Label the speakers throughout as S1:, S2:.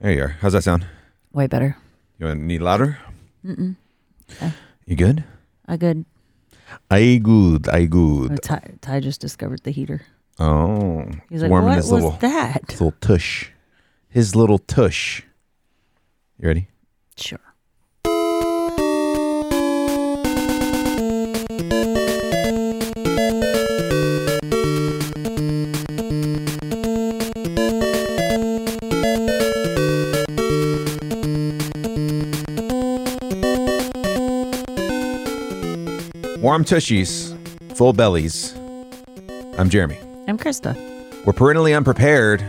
S1: There you are. How's that sound?
S2: Way better.
S1: You want to need louder?
S2: Mm-mm.
S1: You good?
S2: I good.
S1: I good. I
S2: Oh,
S1: good.
S2: Ty, Ty just discovered the heater.
S1: Oh,
S2: He's like,
S1: warming
S2: what
S1: his
S2: was
S1: little
S2: that?
S1: his little tush, his little tush. You ready?
S2: Sure.
S1: Warm tushies, full bellies. I'm Jeremy.
S2: I'm Krista.
S1: We're parentally unprepared.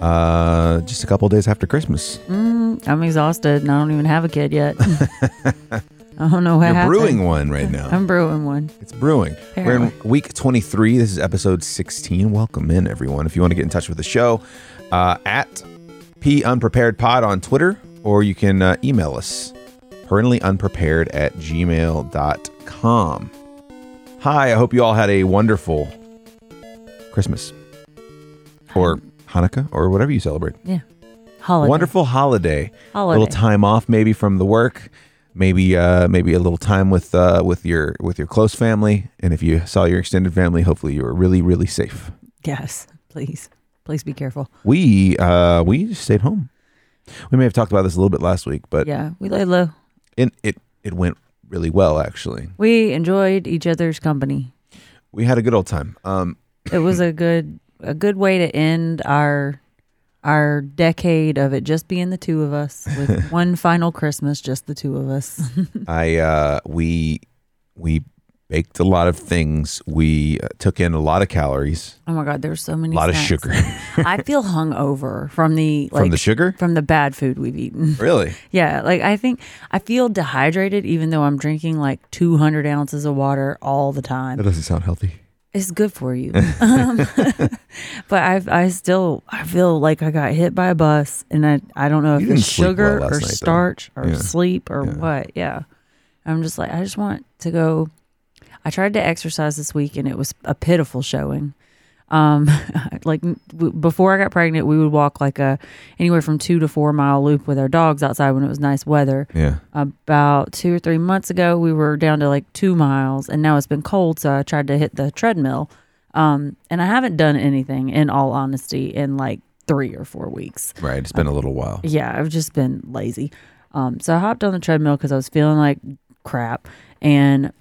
S1: Uh, just a couple days after Christmas.
S2: Mm, I'm exhausted and I don't even have a kid yet. I don't know what
S1: You're
S2: happened.
S1: brewing one right now.
S2: I'm brewing one.
S1: It's brewing. We're in week 23. This is episode 16. Welcome in, everyone. If you want to get in touch with the show, uh, at P Unprepared Pod on Twitter, or you can uh, email us parentally_unprepared at gmail.com. Hi, I hope you all had a wonderful Christmas or Hanukkah or whatever you celebrate.
S2: Yeah. Holiday.
S1: Wonderful holiday.
S2: Holiday.
S1: A little time off maybe from the work, maybe uh maybe a little time with uh with your with your close family and if you saw your extended family, hopefully you were really really safe.
S2: Yes. Please. Please be careful.
S1: We uh we just stayed home. We may have talked about this a little bit last week, but
S2: Yeah. We lay low.
S1: it it it went really well actually.
S2: We enjoyed each other's company.
S1: We had a good old time. Um
S2: It was a good a good way to end our our decade of it just being the two of us with one final Christmas, just the two of us.
S1: I uh we we baked a lot of things. We uh, took in a lot of calories,
S2: Oh my God, there's so
S1: a
S2: many.
S1: lot of
S2: snacks.
S1: sugar
S2: I feel hungover from the like
S1: from the sugar.
S2: from the bad food we've eaten.
S1: Really?
S2: yeah, like I think I feel dehydrated even though I'm drinking like 200 ounces of water all the time.
S1: doesn't sound healthy.
S2: It's good for you, um, but I I still I feel like I got hit by a bus and I I don't know if
S1: You
S2: it's
S1: didn't sleep
S2: sugar
S1: well last
S2: or
S1: night, though.
S2: starch or
S1: Yeah.
S2: sleep or
S1: Yeah.
S2: what. Yeah, I'm just like I just want to go. I tried to exercise this week and it was a pitiful showing. Um, like w- before I got pregnant, we would walk like a anywhere from two to four mile loop with our dogs outside when it was nice weather.
S1: Yeah.
S2: About two or three months ago, we were down to like two miles, and now it's been cold, so I tried to hit the treadmill. Um, and I haven't done anything in all honesty in like three or four weeks.
S1: Right. It's been a little while.
S2: Yeah, I've just been lazy. Um, so I hopped on the treadmill because I was feeling like crap. And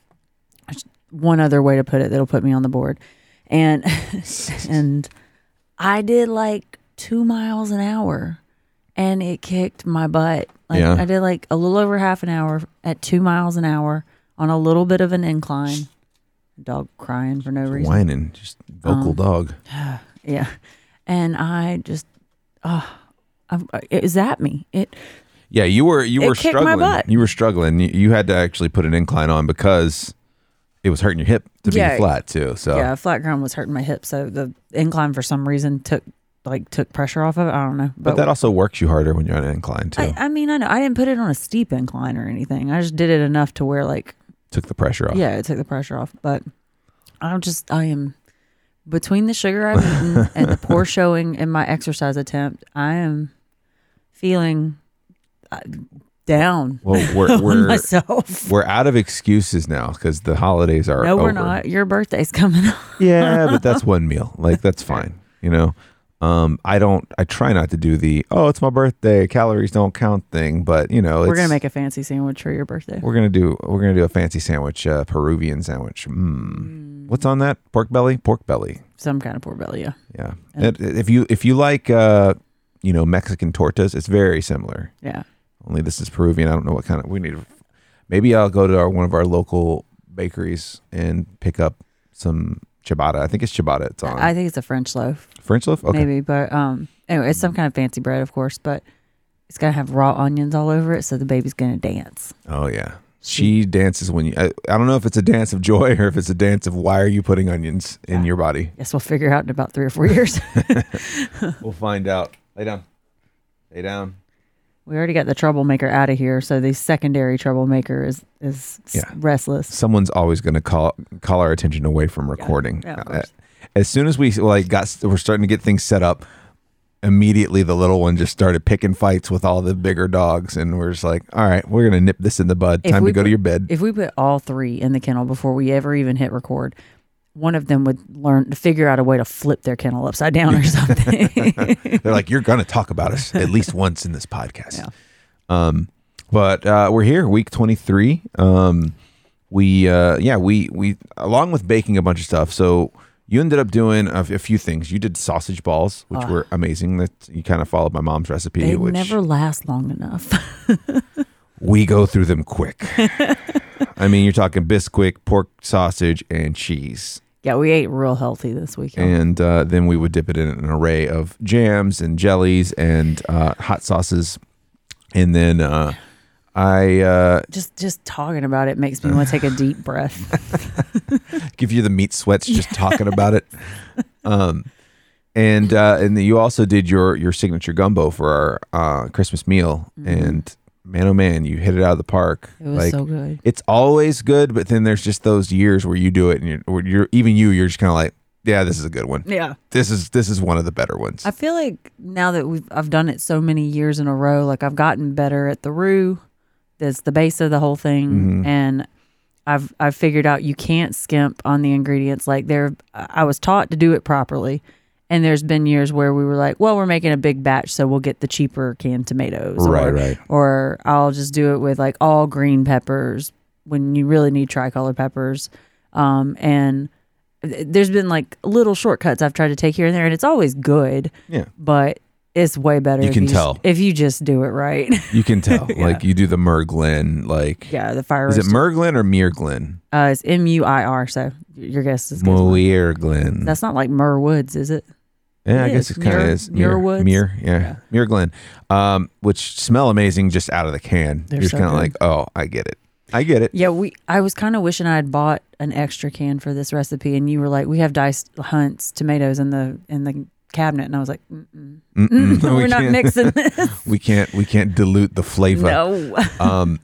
S2: one other way to put it that'll put me on the board, and and I did like two miles an hour, and it kicked my butt. Like
S1: Yeah.
S2: I did like a little over half an hour at two miles an hour on a little bit of an incline. Dog crying for no reason.
S1: Whining, just vocal
S2: Uh-huh.
S1: dog.
S2: Yeah, and I just oh, I'm, it zapped me. It
S1: Yeah, you were you
S2: It
S1: were
S2: kicked my
S1: struggling.
S2: butt.
S1: You were struggling. You, you had to actually put an incline on because it was hurting your hip to be
S2: Yeah.
S1: flat too. So
S2: yeah, flat ground was hurting my hip, so the incline for some reason took like took pressure off of it. I don't know,
S1: but that also works you harder when you're on an incline too.
S2: I, I mean, I know I didn't put it on a steep incline or anything. I just did it enough to where like
S1: Took the pressure off.
S2: yeah, it took the pressure off. But I'm just I am between the sugar I've eaten and the poor showing in my exercise attempt, I am feeling uh, down
S1: Well, we're
S2: on
S1: we're
S2: myself.
S1: we're out of excuses now because the holidays are.
S2: No, we're
S1: over.
S2: not. Your birthday's coming up.
S1: Yeah, but that's one meal. Like that's fine. You know, um, I don't. I try not to do the oh, it's my birthday, calories don't count thing. But you know, it's,
S2: We're gonna make a fancy sandwich for your birthday.
S1: We're gonna do we're gonna do a fancy sandwich, uh, Peruvian sandwich. Mm. What's on that? Pork belly. Pork belly.
S2: Some kind of pork belly, yeah.
S1: Yeah. It- it- if you if you like uh, you know Mexican tortas, it's very similar.
S2: Yeah.
S1: Only this is Peruvian. I don't know what kind of we need. to- Maybe I'll go to our, one of our local bakeries and pick up some ciabatta. I think it's ciabatta. It's on
S2: I think it's a French loaf,
S1: French loaf. Okay. Mm.
S2: maybe, but um, anyway, it's some kind of fancy bread, of course, but it's gonna have raw onions all over it, so the baby's gonna dance.
S1: Oh yeah. She dances when you. I, I don't know if it's a dance of joy or if it's a dance of why are you putting onions in your body.
S2: Guess we'll figure out in about three or four years.
S1: We'll find out. Lay down. Lay down.
S2: we already got the troublemaker out of here, so the secondary troublemaker is is s-
S1: Yeah.
S2: restless.
S1: someone's always going to call call our attention away from recording.
S2: Yeah, of
S1: Uh,
S2: course.
S1: as soon as we like got we're starting to get things set up, immediately the little one just started picking fights with all the bigger dogs, and we're just like, all right, we're gonna nip this in the bud.
S2: If
S1: Time to
S2: we
S1: go to
S2: put-
S1: your bed.
S2: If we put all three in the kennel before we ever even hit record, one of them would learn to figure out a way to flip their kennel upside down or something.
S1: They're like, you're gonna talk about us at least once in this podcast. Um, but uh, we're here, week 23. Um, we uh, yeah, we we along with baking a bunch of stuff. So you ended up doing a, a few things. You did sausage balls, which were amazing. That you kind of followed my mom's recipe,
S2: they
S1: which
S2: never last long enough.
S1: we go through them quick. I mean, you're talking Bisquick, pork sausage, and cheese.
S2: yeah, we ate real healthy this weekend.
S1: and uh, then we would dip it in an array of jams and jellies and uh, hot sauces, and then uh, I uh,
S2: just just talking about it makes me want to take a deep breath.
S1: give you the meat sweats just talking about it. Um, and uh, and then you also did your your signature gumbo for our uh, Christmas meal, and man oh man, you hit it out of the park.
S2: Mm-hmm. It was so good.
S1: It's always good, but then there's just those years where you do it, and you're, where you're even you, you're just kind of like, yeah, this is a good one.
S2: Yeah.
S1: This is this is one of the better ones.
S2: I feel like now that we've I've done it so many years in a row, like I've gotten better at the roux. That's the base of the whole thing,
S1: Mm-hmm.
S2: and I've I've figured out you can't skimp on the ingredients. Like there, I was taught to do it properly, and there's been years where we were like, well, we're making a big batch, so we'll get the cheaper canned tomatoes,
S1: Right,
S2: or,
S1: right.
S2: or I'll just do it with like all green peppers when you really need tricolor peppers, um, and th- there's been like little shortcuts I've tried to take here and there, and it's always good.
S1: Yeah.
S2: But it's way better.
S1: You
S2: if
S1: can
S2: you, s-
S1: tell.
S2: if you just do it right.
S1: You can tell. Like you do the Merglin, like
S2: yeah, the fire
S1: is it
S2: roast.
S1: Merglin or Mirglin?
S2: uh, it's M U I R. So your guess is good.
S1: Muirglin.
S2: That's not like Mur Woods, is it?
S1: yeah, I
S2: it
S1: guess
S2: is.
S1: it kind of
S2: Muir-
S1: is.
S2: Muir
S1: Muir,
S2: Woods.
S1: Muir, yeah, Muirglin. Um, which smell amazing just out of the can.
S2: They're
S1: You're just
S2: so
S1: kind of
S2: good.
S1: like, oh, I get it. I get it.
S2: Yeah, we. I was kind of wishing I had bought an extra can for this recipe, and you were like, "We have diced Hunt's tomatoes in the in the cabinet," and I was like, Mm-mm,
S1: Mm-mm.
S2: "We're
S1: we
S2: not
S1: can't,
S2: mixing this.
S1: We can't. We can't dilute the flavor.
S2: no,
S1: Um,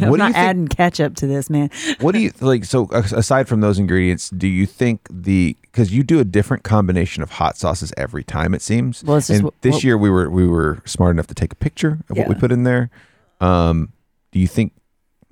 S2: I'm
S1: what do you
S2: not
S1: think?
S2: adding ketchup to this, man."
S1: What do you like? So a- aside from those ingredients, do you think the because you do a different combination of hot sauces every time it seems.
S2: Well, it's just
S1: and
S2: wh-
S1: this
S2: what-
S1: year we were we were smart enough to take a picture of what we
S2: Yeah.
S1: put in there. Um, do you think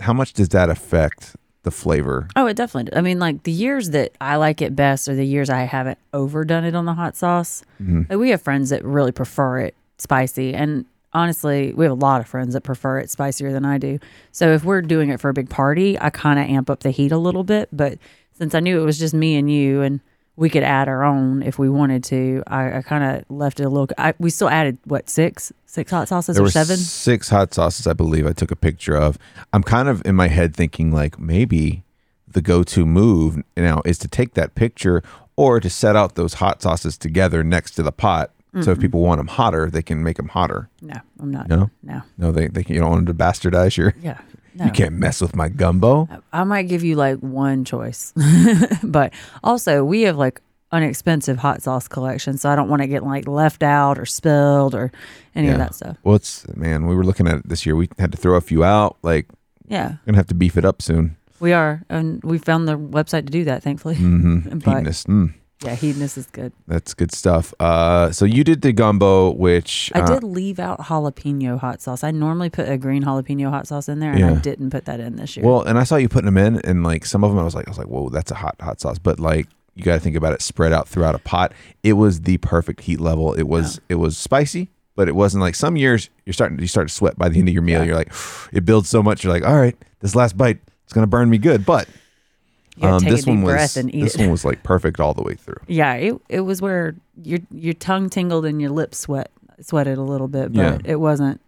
S1: how much does that affect the flavor?
S2: Oh, it definitely. I mean, like the years that I like it best are the years I haven't overdone it on the hot sauce.
S1: Mm-hmm.
S2: Like, we have friends that really prefer it spicy, and honestly, we have a lot of friends that prefer it spicier than I do. So if we're doing it for a big party, I kind of amp up the heat a little bit. But since I knew it was just me and you, and we could add our own if we wanted to, I, I kind of left it a little. I, we still added what six, six hot sauces
S1: There
S2: or
S1: were
S2: seven?
S1: six hot sauces, I believe. I took a picture of. I'm kind of in my head thinking like maybe the go-to move now is to take that picture or to set out those hot sauces together next to the pot. So if people want them hotter, they can make them hotter.
S2: No, I'm not.
S1: No?
S2: no,
S1: No, they, they can, you don't want them to bastardize your.
S2: yeah, no.
S1: You can't mess with my gumbo.
S2: I might give you like one choice, but also we have like an expensive hot sauce collection, so I don't want to get like left out or spilled or any of that stuff.
S1: Well, it's man, we were looking at it this year. We had to throw a few out. Like,
S2: Yeah,
S1: gonna have to beef it up soon.
S2: we are, and we found the website to do that, thankfully. but
S1: Hedonist. Mm,
S2: yeah, hedonist is good.
S1: that's good stuff. Uh, so you did the gumbo, which
S2: I
S1: uh,
S2: did leave out jalapeno hot sauce. I normally put a green jalapeno hot sauce in there, and I
S1: Yeah.
S2: didn't put that in this year.
S1: Well, and I saw you putting them in, and like some of them, I was like, I was like, whoa, that's a hot hot sauce. But like, you got to think about it spread out throughout a pot. It was the perfect heat level. It was it was spicy, but it wasn't like some years you're starting you start to sweat by the end of your meal. You're like, it builds so much. You're like, all right, this last bite it's gonna burn me good, but.
S2: You gotta take a
S1: um, this
S2: deep
S1: one was
S2: breath and eat
S1: this
S2: it.
S1: one was like perfect all the way through.
S2: yeah, it it was where your your tongue tingled and your lips sweat sweated a little bit, but it wasn't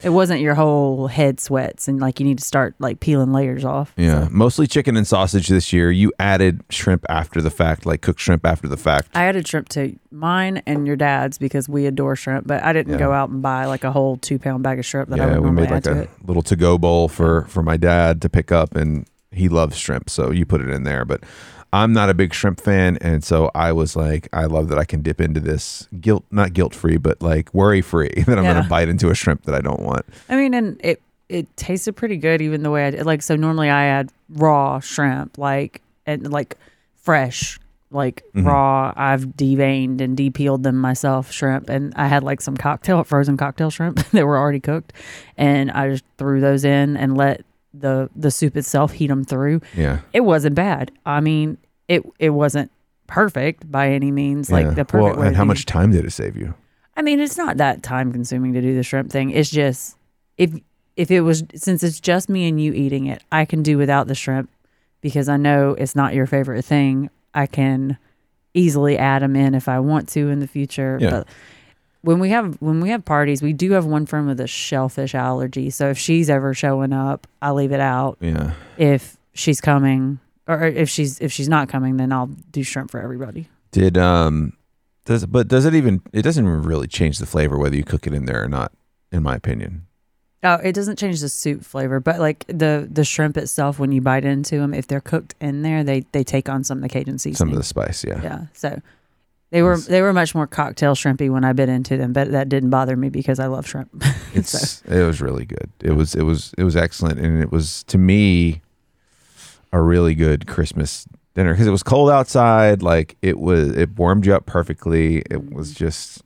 S2: it wasn't your whole head sweats and like you need to start like peeling layers off.
S1: Yeah, mostly chicken and sausage this year. You added shrimp after the fact, like cooked shrimp after the fact.
S2: I added shrimp to mine and your dad's because we adore shrimp, but I didn't go out and buy like a whole two pound bag of shrimp that I
S1: yeah,
S2: would
S1: we
S2: normally
S1: made like
S2: add to
S1: a
S2: it.
S1: little to-go bowl for for my dad to pick up, and he loves shrimp, so you put it in there. But I'm not a big shrimp fan, and so I was like, I love that I can dip into this guilt, not guilt-free, but like worry-free that I'm going
S2: Yeah.
S1: to bite into a shrimp that I don't want.
S2: I mean, and it it tasted pretty good even the way I did. Like so, normally I add raw shrimp, like and like fresh like
S1: Mm-hmm.
S2: raw. I've deveined and depeeled them myself, shrimp, and I had like some cocktail, frozen cocktail shrimp that were already cooked, and I just threw those in and let the the soup itself heat them through.
S1: Yeah.
S2: It wasn't bad. I mean, it it wasn't perfect by any means, like
S1: yeah.
S2: the perfect
S1: Well,
S2: way.
S1: and
S2: to
S1: how
S2: do-
S1: much time did it save you?
S2: I mean, it's not that time consuming to do the shrimp thing. It's just if if it was since it's just me and you eating it, I can do without the shrimp because I know it's not your favorite thing. I can easily add them in if I want to in the future.
S1: Yeah.
S2: But when we have when we have parties, we do have one friend with a shellfish allergy. So if she's ever showing up, I leave it out
S1: Yeah.
S2: if she's coming or if she's if she's not coming then i'll do shrimp for everybody
S1: Did um does but does it even it doesn't really change the flavor whether you cook it in there or not, in my opinion.
S2: oh it doesn't change the soup flavor but like the the shrimp itself when you bite into them if they're cooked in there they they take on some of the cajun seasoning
S1: Some of the spice, yeah.
S2: yeah so they were
S1: Yes.
S2: they were much more cocktail shrimpy when i bit into them but that didn't bother me because i love shrimp so
S1: It's uh, it was really good. It was it was it was excellent and it was to me a really good Christmas dinner because it was cold outside, like it was it warmed you up perfectly. It was just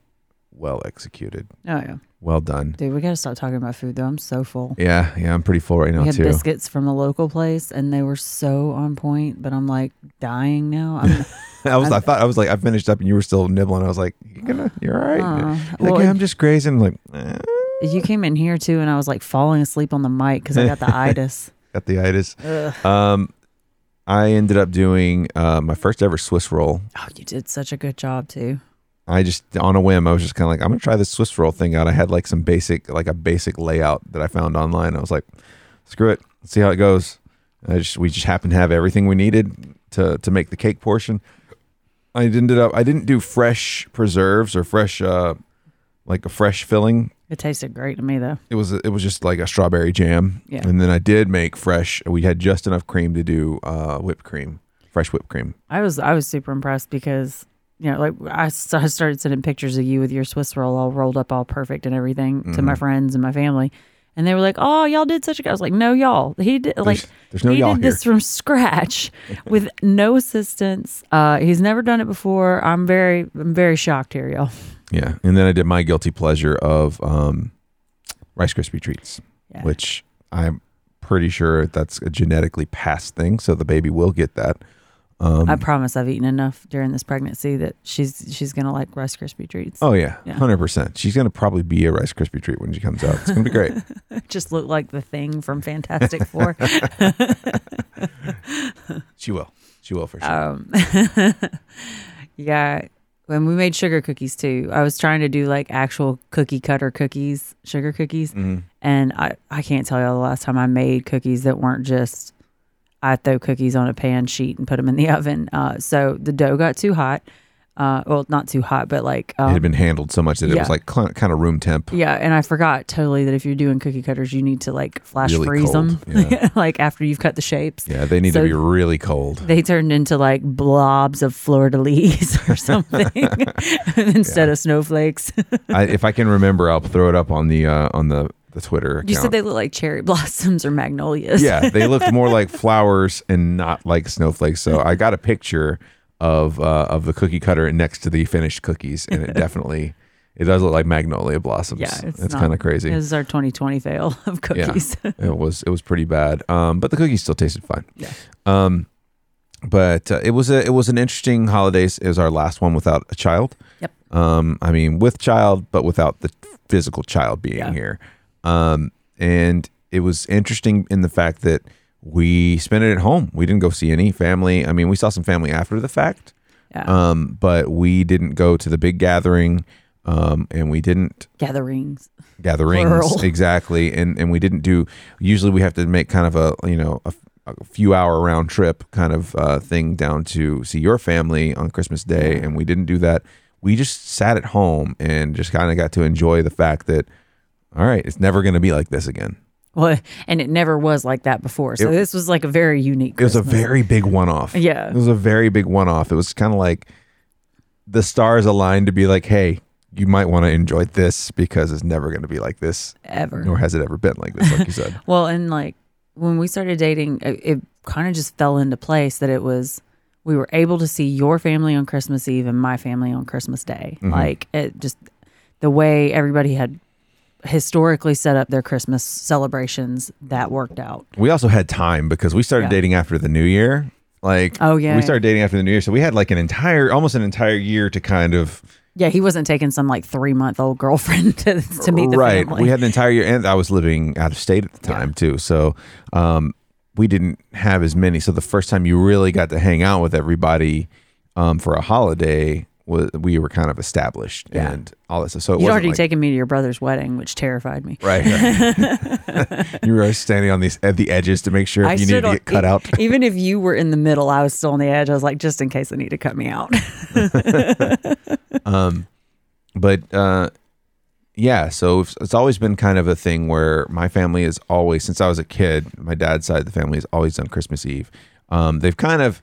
S1: well executed.
S2: oh yeah
S1: Well done.
S2: dude we gotta stop talking about food though i'm so full
S1: Yeah, yeah, I'm pretty full right now
S2: we had
S1: too.
S2: biscuits from a local place and they were so on point but i'm like dying now i'm
S1: I was I thought I was like I finished up and you were still nibbling. I was like, You gonna you're all right.
S2: Aw.
S1: You're like,
S2: Well,
S1: yeah,
S2: it-
S1: I'm just grazing. I'm like, eh,
S2: You came in here too, and I was like falling asleep on the mic because I got the itis.
S1: got the itis.
S2: Ugh.
S1: Um, I ended up doing uh, my first ever Swiss roll.
S2: Oh, you did such a good job too.
S1: I just on a whim, I was just kind of like, I'm gonna try this Swiss roll thing out. I had like some basic, like a basic layout that I found online. I was like, screw it, let's see how it goes. I just we just happened to have everything we needed to to make the cake portion. I ended up I didn't do fresh preserves or fresh uh like a fresh filling.
S2: It tasted great to me though.
S1: It was it was just like a strawberry jam.
S2: Yeah.
S1: And then I did make fresh. We had just enough cream to do uh whipped cream, fresh whipped cream.
S2: I was I was super impressed because you know like I, s- I started sending pictures of you with your Swiss roll all rolled up, all perfect and everything to
S1: Mm-hmm.
S2: my friends and my family, and they were like, "Oh, y'all did such a good." I was like, "No, y'all. He did like."
S1: there's no
S2: he
S1: y'all
S2: did
S1: here.
S2: this from scratch with no assistance. Uh, he's never done it before. I'm very, I'm very shocked here, y'all.
S1: Yeah, and then I did my guilty pleasure of um, Rice Krispie treats,
S2: Yeah.
S1: which I'm pretty sure that's a genetically passed thing, so the baby will get that. Um,
S2: I promise I've eaten enough during this pregnancy that she's she's gonna like Rice Krispie treats.
S1: Oh yeah,
S2: Yeah.
S1: hundred percent. She's gonna probably be a Rice Krispie treat when she comes out. It's gonna be great.
S2: Just look like the thing from Fantastic Four.
S1: she will. She will for sure.
S2: um, yeah, when we made sugar cookies too, I was trying to do like actual cookie cutter cookies, sugar cookies,
S1: Mm-hmm.
S2: and I I can't tell y'all the last time I made cookies that weren't just I throw cookies on a pan sheet and put them in the oven. Uh, so the dough got too hot. Uh, well, not too hot, but like
S1: it
S2: um,
S1: had been handled so much that it
S2: yeah.
S1: was like kind of room temp.
S2: Yeah, and I forgot totally that if you're doing cookie cutters, you need to like flash
S1: Really
S2: freeze
S1: cold,
S2: them, like after you've cut the shapes.
S1: Yeah, they need
S2: So-
S1: to be really cold.
S2: They turned into like blobs of fleur de lis or something instead of snowflakes.
S1: I, if I can remember, I'll throw it up on the uh, on the the Twitter. Account.
S2: you said they look like cherry blossoms or magnolias.
S1: yeah, they looked more like flowers and not like snowflakes. So I got a picture of uh, of the cookie cutter next to the finished cookies, and it definitely it does look like magnolia blossoms.
S2: yeah, it's,
S1: that's
S2: not-
S1: kind of crazy.
S2: This is our 2020 fail of
S1: yeah,
S2: cookies.
S1: it was it was pretty bad. Um, but the cookies still tasted fine.
S2: Yeah.
S1: Um, but uh, it was a it was an interesting holidays. It was our last one without a child.
S2: Yep.
S1: Um, I mean, with child, but without the physical child being
S2: Yeah.
S1: here. Um, and it was interesting in the fact that we spent it at home. We didn't go see any family. I mean, we saw some family after the fact.
S2: Yeah.
S1: Um, but we didn't go to the big gathering. Um, and we didn't
S2: Gatherings.
S1: gatherings
S2: Plural.
S1: exactly and and we didn't do usually we have to make kind of a you know a, a few hour round trip kind of uh, thing down to see your family on christmas day and we didn't do that we just sat at home and just kind of got to enjoy the fact that all right it's never going to be like this again
S2: Well, and it never was like that before. So
S1: It-
S2: this was like a very unique.
S1: it was a
S2: Christmas.
S1: very big one-off
S2: Yeah.
S1: it was a very big one-off it was kind of like the stars aligned to be like hey you might want to enjoy this because it's never going to be like this
S2: ever.
S1: nor has it ever been like this like you said
S2: Well, and like when we started dating, it, it kind of just fell into place that it was we were able to see your family on Christmas Eve and my family on Christmas Day.
S1: Mm-hmm.
S2: Like it just the way everybody had historically set up their Christmas celebrations that worked out.
S1: We also had time because we started
S2: Yeah.
S1: dating after the new year. Like,
S2: Oh, yeah,
S1: we
S2: yeah.
S1: started dating after the new year, so we had like an entire, almost an entire year to kind of
S2: Yeah, he wasn't taking some like three month old girlfriend to, to meet the
S1: right.
S2: family.
S1: We had an entire year, and I was living out of state at the time too, so um, we didn't have as many. So the first time you really got to hang out with everybody um, for a holiday was we were kind of established and all that stuff. So it
S2: You'd
S1: wasn't
S2: already
S1: like,
S2: taken me to your brother's wedding, which terrified me.
S1: right. right. you were standing on these at the edges to make sure if you needed
S2: stood
S1: to
S2: on-
S1: get cut
S2: e-
S1: out.
S2: Even if you were in the middle, I was still on the edge. I was like, just in case they need to cut me out.
S1: but uh yeah so it's it's always been kind of a thing where my family is always since i was a kid my dad's side of the family has always done christmas eve um they've kind of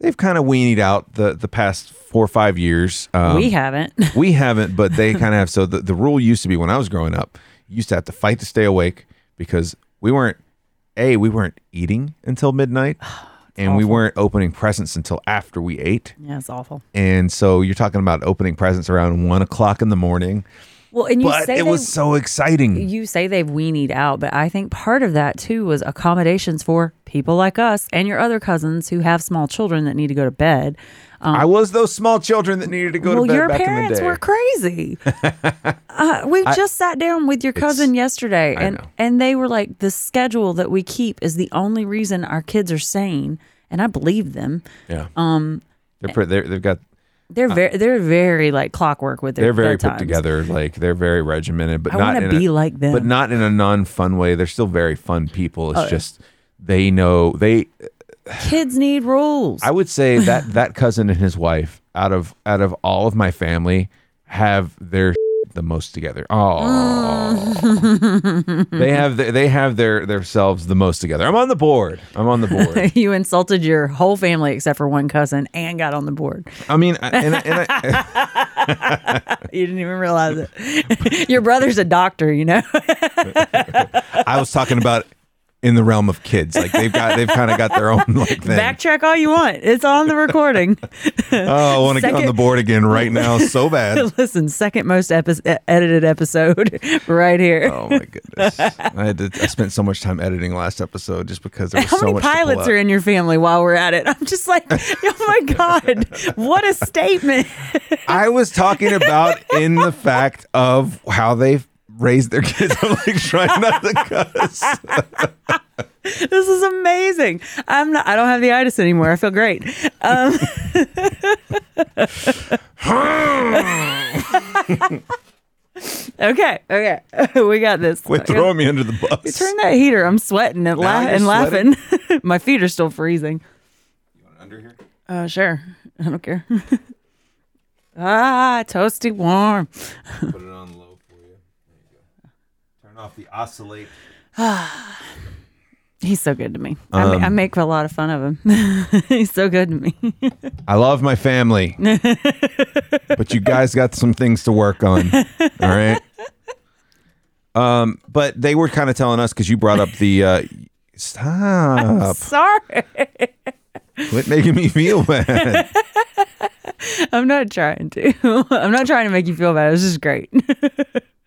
S1: they've kind of weaned out the the past four or five years um,
S2: we haven't.
S1: we haven't, but they kind of have. So the, the rule used to be when I was growing up, you used to have to fight to stay awake because we weren't, A, we weren't eating until midnight and we weren't opening presents until after we ate.
S2: Yeah, it's awful.
S1: And so you're talking about opening presents around one o'clock in the morning.
S2: Well, and you
S1: But
S2: say
S1: it
S2: they-
S1: was so exciting.
S2: you say they've weenied out, but I think part of that too was accommodations for people like us and your other cousins who have small children that need to go to bed.
S1: I was those small children that needed to go
S2: Um, well,
S1: to bed
S2: your
S1: back in the
S2: parents
S1: day.
S2: were crazy. uh, we just sat down with your cousin yesterday, and
S1: know.
S2: and they were like, "The schedule that we keep is the only reason our kids are sane," and I believe them.
S1: yeah. Um, they're, pre- they're, they've got
S2: They're very, they're very like clockwork with their.
S1: they're very put
S2: bedtimes.
S1: together. Like they're very regimented, but
S2: I
S1: not
S2: wanna
S1: in a-
S2: be like them. Oh,
S1: But not in a non-fun way. They're still very fun people. It's just they know they.
S2: Kids need rules.
S1: I would say that that cousin and his wife, out of out of all of my family, have their the most together. Oh,
S2: Mm.
S1: they have the, they have their themselves the most together. I'm on the board. I'm on the board.
S2: you insulted your whole family except for one cousin and got on the board.
S1: I mean, I- and, I- and I,
S2: You didn't even realize it. Your brother's a doctor, you know.
S1: I was talking about in the realm of kids. Like they've got they've kind of got their own like thing.
S2: Backtrack all you want. It's on the recording.
S1: Oh, I want to get on
S2: Second-
S1: the board again right now so bad.
S2: Listen, second most epi- e- edited episode right here.
S1: Oh my goodness! I had to, I spent so much time editing last episode just because there was
S2: How
S1: so
S2: many
S1: much. to pull
S2: pilots
S1: up.
S2: are in your family while we're at it? I'm just like, oh my God, what a statement.
S1: I was talking about in the fact of how they raised their kids. I'm like trying not to cuss.
S2: This is amazing. I'm not, I don't have the itis anymore. I feel great. Um, okay, okay. we got this.
S1: Quit throwing me under the bus.
S2: Turn that heater. I'm sweating and, la-
S1: you're
S2: and laughing. My feet are still freezing.
S1: Under here.
S2: Uh, sure. I don't care. ah, toasty warm.
S1: Put it on low for you. There you go. Turn off the oscillate.
S2: He's so good to me. I ma- I,
S1: Um,
S2: make a lot of fun of him. He's so good to me.
S1: I love my family, but you guys got some things to work on. All right. Um, but they were kind of telling us because you brought up the uh, stop.
S2: Sorry.
S1: Quit making me feel bad.
S2: I'm not trying to. I'm not trying to make you feel bad. It was just great.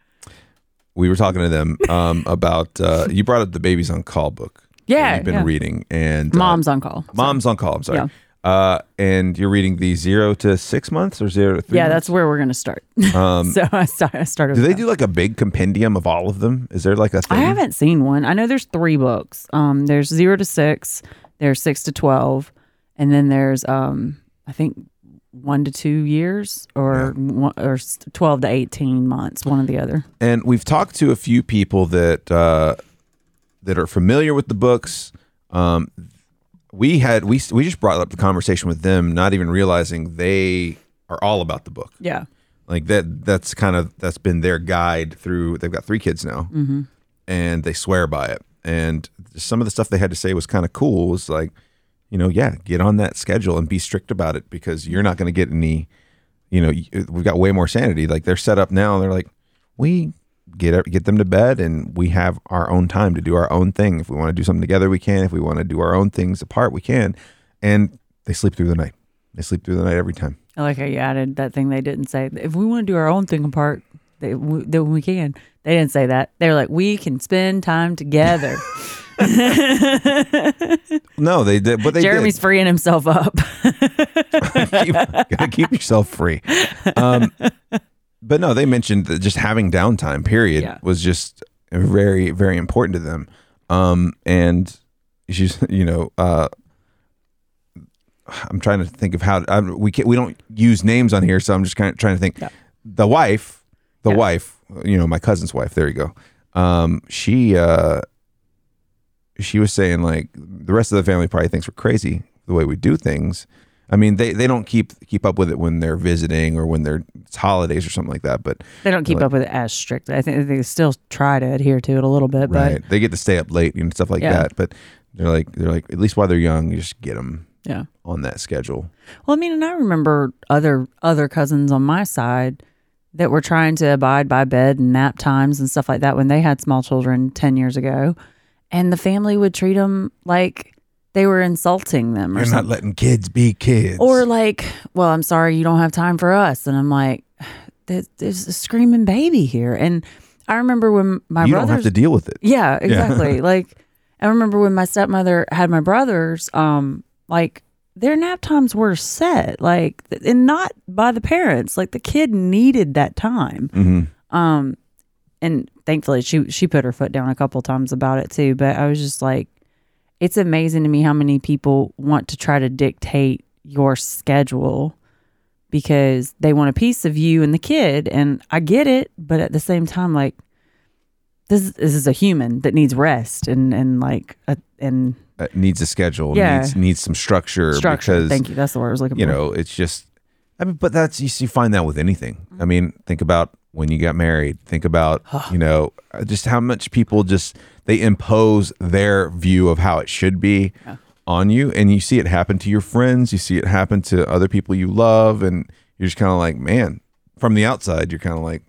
S1: we were talking to them um, about uh, you brought up the babies on call book. that
S2: Yeah,
S1: you've been
S2: yeah.
S1: reading and uh,
S2: Mom's on call.
S1: moms on call. I'm sorry. Uh, and you're reading the zero to six months or zero to three.
S2: Yeah,
S1: months? Um,
S2: that's where we're gonna start. so I, start, I started.
S1: Do
S2: with
S1: they
S2: that.
S1: do like a big compendium of all of them? Is there like a thing?
S2: I haven't seen one. I know there's three books. Um, there's zero to six, there's six to twelve, and then there's um, I think one to two years or one, or s- twelve to eighteen months, one or the other.
S1: and we've talked to a few people that uh, that are familiar with the books. Um, we had we we just brought up the conversation with them, not even realizing they are all about the book.
S2: Yeah.
S1: Like that that's kind of that's been their guide through. They've got three kids now, and they swear by it. And some of the stuff they had to say was kind of cool. It was like, you know, yeah, get on that schedule and be strict about it because you're not going to get any. You know, y- we've got way more sanity. Like they're set up now. They're like, we get get them to bed and we have our own time to do our own thing. If we want to do something together, we can. If we want to do our own things apart, we can. And They sleep through the night. They sleep through the night every time.
S2: I like how you added that thing they didn't say. If we want to do our own thing apart, they, we, then we can. They didn't say that. They were like, we can spend time together.
S1: No, they did. But they
S2: Jeremy's freeing himself up.
S1: did. keep, gotta keep yourself free. Um, but no, they mentioned that just having downtime, period,
S2: Yeah.
S1: was just very, very important to them. Um, and she's, you know, uh, I'm trying to think of how I, we can, we don't use names on here, so I'm just kind of trying to think.
S2: Yeah.
S1: The wife, the
S2: Yeah.
S1: wife, you know, my cousin's wife. There you go. Um, she uh, she was saying like the rest of the family probably thinks we're crazy the way we do things. I mean, they, they don't keep keep up with it when they're visiting or when they're it's holidays or something like that. But
S2: they don't keep
S1: Like-
S2: up with it as strictly. I think they still try to adhere to it a little bit,
S1: right, they get to stay up late and stuff like
S2: Yeah.
S1: that. But they're like they're like at least while they're young, you just get them
S2: but yeah.
S1: on that schedule.
S2: Well, I mean, and I remember other other cousins on my side that were trying to abide by bed and nap times and stuff like that when they had small children 10 years ago. And the family would treat them like they were insulting them or
S1: You're not
S2: something.
S1: letting kids be kids.
S2: Or like, well, I'm sorry, you don't have time for us. And I'm like, there- there's a screaming baby here. And I remember when my
S1: you don't
S2: brothers
S1: have to deal with it.
S2: yeah, exactly. like I remember when my stepmother had my brothers, um, like their nap times were set, like th- and not by the parents. Like the kid needed that time.
S1: Mhm.
S2: Um and thankfully she she put her foot down a couple times about it too, but I was just like it's amazing to me how many people want to try to dictate your schedule because they want a piece of you and the kid and I get it, but at the same time like this this is a human that needs rest and and like a, and
S1: Uh, needs a schedule.
S2: Yeah.
S1: Needs needs some structure.
S2: structure.
S1: Because
S2: Thank you. That's the word I was looking
S1: you
S2: for.
S1: know it's just. I mean, but that's you, you find that with anything. I mean, think about when you got married. Think about you know uh, just how much people just they impose their view of how it should be on you, and you see it happen to your friends. You see it happen to other people you love, and you're just kind of like, man, from the outside, you're kind of like.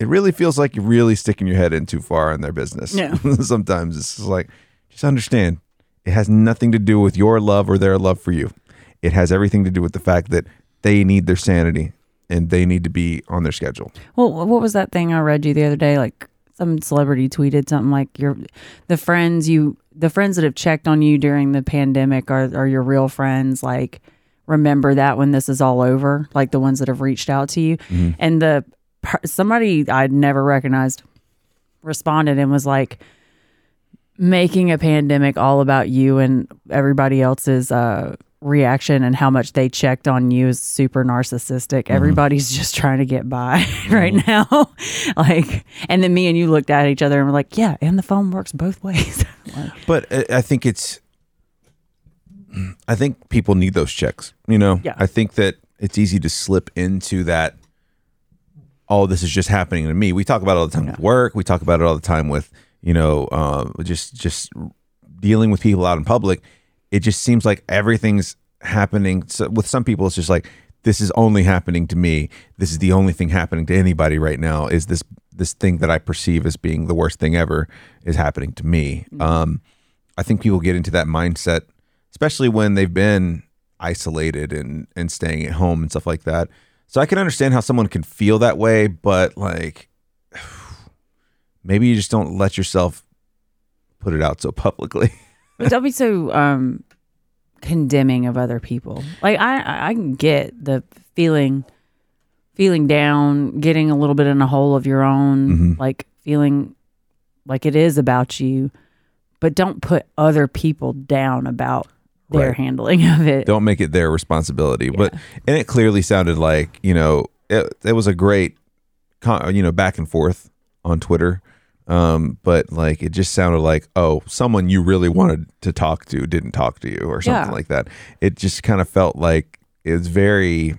S1: It really feels like you're really sticking your head in too far in their business.
S2: Yeah.
S1: Sometimes it's just like, just understand, it has nothing to do with your love or their love for you. It has everything to do with the fact that they need their sanity and they need to be on their schedule.
S2: Well, wh- what was that thing I read you the other day? Like some celebrity tweeted something like your the friends you the friends that have checked on you during the pandemic are are your real friends. Like remember that when this is all over, like the ones that have reached out to you. And the per- somebody I'd never recognized responded and was like making a pandemic all about you and everybody else's uh reaction and how much they checked on you is super narcissistic. Everybody's just trying to get by right now. like and then me and you looked at each other and were like, yeah, and the phone works both ways. like,
S1: But I, I think it's, I think people need those checks. You know,
S2: Yeah.
S1: I think that it's easy to slip into that. Oh, this is just happening to me. We talk about it all the time with work. We talk about it all the time with you know, uh, just just dealing with people out in public. It just seems like everything's happening. So with some people, it's just like this is only happening to me. This is the only thing happening to anybody right now. Is this this thing that I perceive as being the worst thing ever is happening to me? Um, I think people get into that mindset, especially when they've been isolated and and staying at home and stuff like that. So I can understand how someone can feel that way, but like maybe you just don't let yourself put it out so publicly.
S2: But don't be so um condemning of other people. Like I I- I can get the feeling feeling down, getting a little bit in a hole of your own,
S1: Mhm.
S2: like feeling like it is about you, but don't put other people down about their
S1: Right.
S2: handling of it.
S1: don't make it their responsibility. But and it clearly sounded like you know it, it was a great con- you know back and forth on Twitter. Um, but like it just sounded like oh someone you really wanted to talk to didn't talk to you or something
S2: Yeah.
S1: like that. It just kind of felt like it's very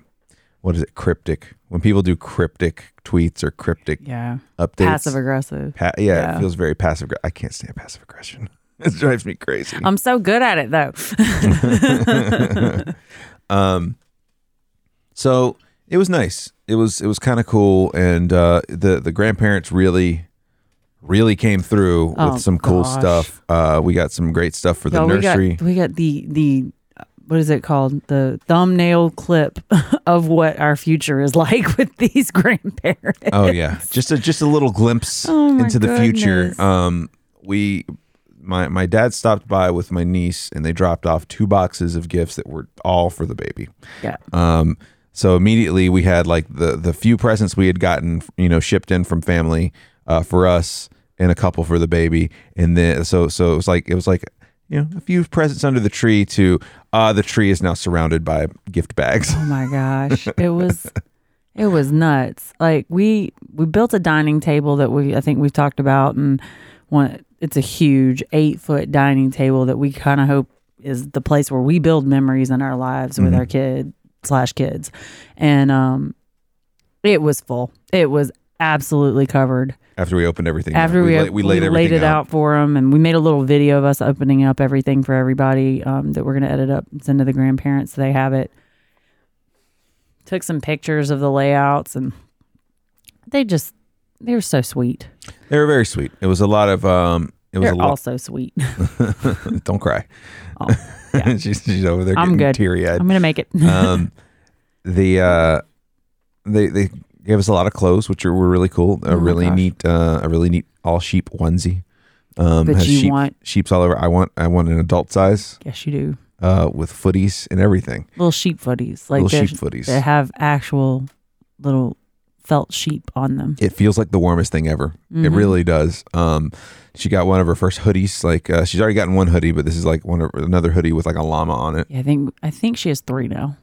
S1: what is it cryptic when people do cryptic tweets or cryptic
S2: yeah.
S1: updates.
S2: Passive aggressive.
S1: Pa- yeah,
S2: Yeah.
S1: it feels very passive. aggr- I can't stand passive aggression. it drives me crazy.
S2: I'm so good at it though.
S1: Um, so it was nice. It was it was kind of cool, and uh, the the grandparents really, really came through
S2: Oh,
S1: with some cool
S2: gosh.
S1: stuff. Uh, we got some great stuff for the
S2: Y'all, we
S1: nursery.
S2: got we got the the what is it called? The thumbnail clip of what our future is like with these grandparents.
S1: Oh yeah, just a just a little glimpse
S2: Oh, my
S1: into the
S2: goodness.
S1: future. Um, we, my my dad stopped by with my niece, and they dropped off two boxes of gifts that were all for the baby.
S2: Yeah.
S1: Um, so immediately we had like the the few presents we had gotten, you know, shipped in from family uh, for us and a couple for the baby, and then so so it was like it was like you know a few presents under the tree to uh, the tree is now surrounded by gift bags.
S2: Oh my gosh, it was it was nuts. Like we we built a dining table that we I think we've talked about, and one it's a huge eight foot dining table that we kind of hope is the place where we build memories in our lives with our kid slash kids, and um, it was full. It was absolutely covered
S1: After we opened everything, up,
S2: after we, uh,
S1: la-
S2: we laid,
S1: everything
S2: it out for them and we made a little video of us opening up everything for everybody um, that we're going to edit up and send to the grandparents so they have it took some pictures of the layouts and they just they were so sweet
S1: They were very sweet. It was a lot of um. It was
S2: they're
S1: a lot.
S2: all so sweet
S1: Don't cry.
S2: Oh,
S1: she's, she's over there.
S2: I'm
S1: getting
S2: good.
S1: Teary eyed.
S2: i'm going to make it
S1: Um, the uh, they they gave us a lot of clothes, which were really cool. A
S2: Oh my
S1: really
S2: gosh.
S1: neat uh, a really neat all sheep onesie. Um,
S2: That
S1: has
S2: you
S1: sheep,
S2: want.
S1: sheep's all over. I want I want an adult size
S2: yes you do
S1: uh, with footies and everything.
S2: little sheep footies like
S1: Little
S2: they're-
S1: sheep footies.
S2: they have actual little felt sheep on them
S1: it feels like the warmest thing ever. It
S2: Mhm.
S1: really does. Um, she got one of her first hoodies. Like uh, she's already gotten one hoodie, but this is like one of another hoodie with like a llama on it.
S2: yeah, i think i think she has three now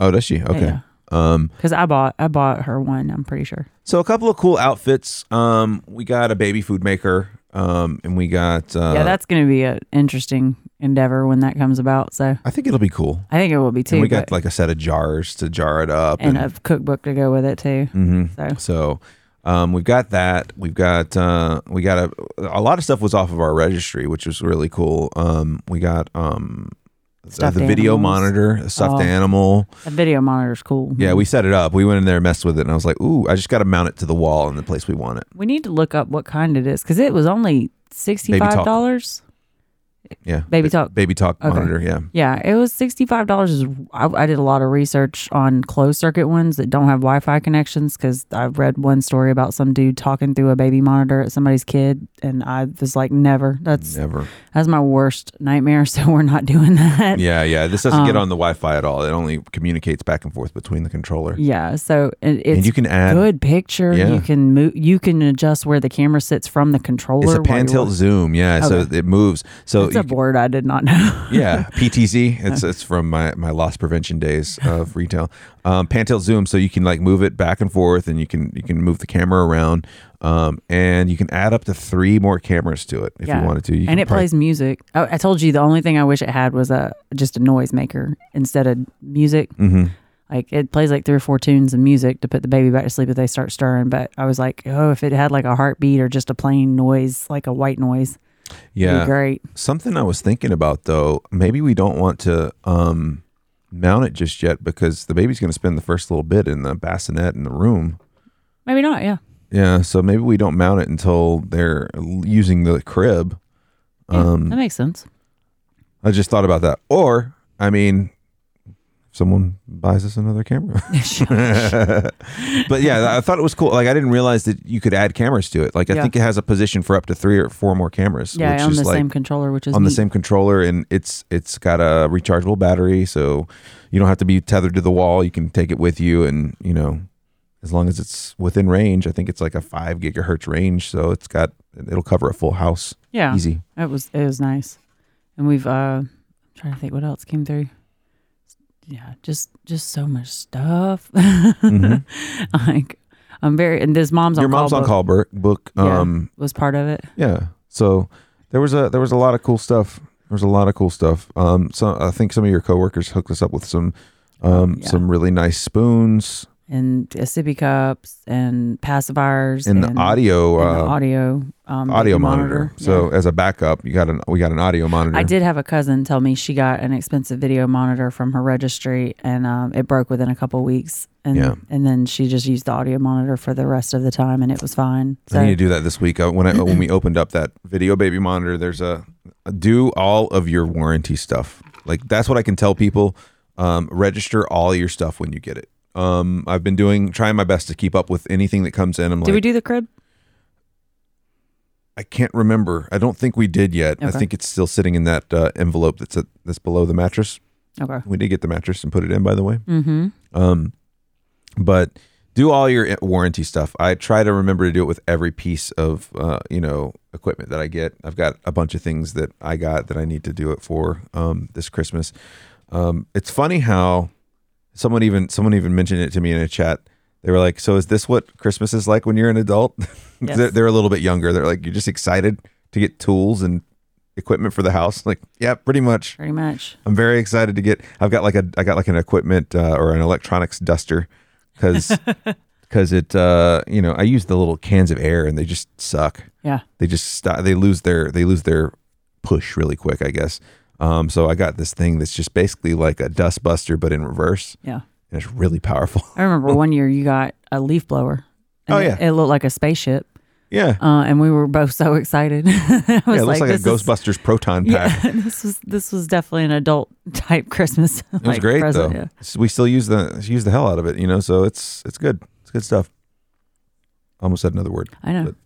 S1: Oh, does she? Okay.
S2: Yeah.
S1: Um,
S2: because i bought i bought her one i'm pretty sure
S1: So a couple of cool outfits. Um, we got a baby food maker. Um, and we got. Uh,
S2: yeah, that's going to be an interesting endeavor when that comes about. So
S1: I think it'll be cool.
S2: I think it will be too.
S1: and we got
S2: but-
S1: like a set of jars to jar it up.
S2: and a cookbook to go with it too.
S1: Mhm.
S2: So
S1: so, um, we've got that. We've got uh, we got a a lot of stuff was off of our registry, which was really cool. Um, we got um. the-
S2: Stuffed
S1: the video
S2: animals.
S1: monitor, a stuffed
S2: Oh.
S1: animal.
S2: a video monitor's cool.
S1: Yeah, we set it up. We went in there, and messed with it, and I was like, "Ooh, I just got to mount it to the wall in the place we want it."
S2: we need to look up what kind it is because it was only sixty five dollars.
S1: Yeah,
S2: Baby talk.
S1: baby talk
S2: Okay.
S1: monitor. Yeah,
S2: Yeah, it was sixty five dollars. I, I did a lot of research on closed circuit ones that don't have Wi Fi connections because I read one story about some dude talking through a baby monitor at somebody's kid, and I was like, never. That's
S1: never.
S2: that's my worst nightmare. So we're not doing that.
S1: Yeah, yeah. This doesn't
S2: Um,
S1: get on the Wi-Fi at all. It only communicates back and forth between the controller.
S2: Yeah, so it, it's
S1: and you can add
S2: good picture.
S1: Yeah.
S2: You can move. You can adjust where the camera sits from the controller.
S1: it's a
S2: while
S1: pan
S2: you're
S1: tilt
S2: wa-
S1: zoom. Yeah, so
S2: Okay.
S1: it moves. So
S2: It's a
S1: you can-
S2: board I did not know.
S1: yeah, PTZ. It's it's from my my loss prevention days of retail. Um, pan tilt zoom. So you can like move it back and forth, and you can you can move the camera around, um, and you can add up to three more cameras to it if
S2: Yeah.
S1: you wanted to. You can
S2: and it
S1: probably-
S2: plays music. Oh, I told you the only thing I wish it had was a just a noise maker instead of music.
S1: Mhm.
S2: Like it plays like three or four tunes of music to put the baby back to sleep if they start stirring. But I was like, oh, if it had like a heartbeat or just a plain noise, like a white noise, it'd be
S1: Yeah,
S2: great.
S1: Something I was thinking about though, maybe we don't want to um, mount it just yet because the baby's going to spend the first little bit in the bassinet in the room.
S2: Maybe not. Yeah.
S1: Yeah, so maybe we don't mount it until they're l- using the crib.
S2: Yeah,
S1: Um,
S2: that makes sense.
S1: I just thought about that. Or, I mean, someone buys us another camera. but yeah, I thought it was cool. Like I didn't realize that you could add cameras to it. Like I
S2: Yeah.
S1: think it has a position for up to three or four more cameras.
S2: Yeah,
S1: which
S2: on
S1: is
S2: the
S1: like,
S2: same controller, which is
S1: on the
S2: neat.
S1: same controller and it's it's got a rechargeable battery so you don't have to be tethered to the wall you can take it with you and you know as long as it's within range i think it's like a 5 gigahertz range so it's got it'll cover a full house
S2: Yeah.
S1: easy
S2: It was it was nice, and we've uh, I'm trying to think what else came through. Yeah, just just so much stuff. like I'm very and this mom's
S1: Mm-hmm. your mom's
S2: on call
S1: on
S2: book
S1: call book, book
S2: Yeah.
S1: um
S2: was part of it.
S1: yeah so there was a there was a lot of cool stuff there was a lot of cool stuff um so i think some of your coworkers hooked us up with some um
S2: Yeah.
S1: some really nice spoons
S2: And uh, sippy cups and pacifiers
S1: and, the audio
S2: and the
S1: uh,
S2: audio um,
S1: audio
S2: baby
S1: monitor. So as a backup, you got an we got an audio monitor.
S2: I did have a cousin tell me she got an expensive video monitor from her registry, and um, it broke within a couple weeks. And
S1: Yeah.
S2: and then she just used the audio monitor for the rest of the time, and it was fine. So
S1: I need to do that this week. Uh, when I when we opened up that video baby monitor, there's a do all of your warranty stuff. Like that's what I can tell people. Um, register all your stuff when you get it. Um, I've been doing trying my best to keep up with anything that comes in. I'm
S2: Did
S1: like,
S2: we do the crib?
S1: I can't remember. I don't think we did yet. I
S2: Okay.
S1: think it's still sitting in that uh, envelope that's at, that's below the mattress.
S2: Okay.
S1: We did get the mattress and put it in, by the way.
S2: Mm-hmm.
S1: Um, but do all your i- warranty stuff. I try to remember to do it with every piece of uh, you know equipment that I get. I've got a bunch of things that I got that I need to do it for um, this Christmas. Um, it's funny how someone even someone even mentioned it to me in a chat. They were like, "So is this what Christmas is like when you're an adult?" 'Cause
S2: Yes.
S1: they're, they're a little bit younger. They're like, "You're just excited to get tools and equipment for the house." Like, yeah, pretty much.
S2: Pretty much.
S1: I'm very excited to get. I've got like a I got like an equipment uh, or an electronics duster because because it uh, you know I use the little cans of air and they just suck.
S2: Yeah.
S1: They just stop. They lose their they lose their push really quick. I guess. Um, so I got this thing that's just basically like a dust buster but in reverse
S2: Yeah.
S1: and it's really powerful.
S2: I remember one year you got a leaf blower. and
S1: Oh,
S2: it-
S1: yeah.
S2: It, looked like a spaceship.
S1: yeah.
S2: Uh, and we were both so excited. I
S1: Yeah,
S2: was
S1: it looks like, a
S2: "This is-
S1: Ghostbusters proton pack.
S2: Yeah, this was this was definitely an adult type Christmas.
S1: It was great though.
S2: Yeah.
S1: S- We still use the use the hell out of it, you know. So it's it's good. It's good stuff. Almost said another word.
S2: I know.
S1: But-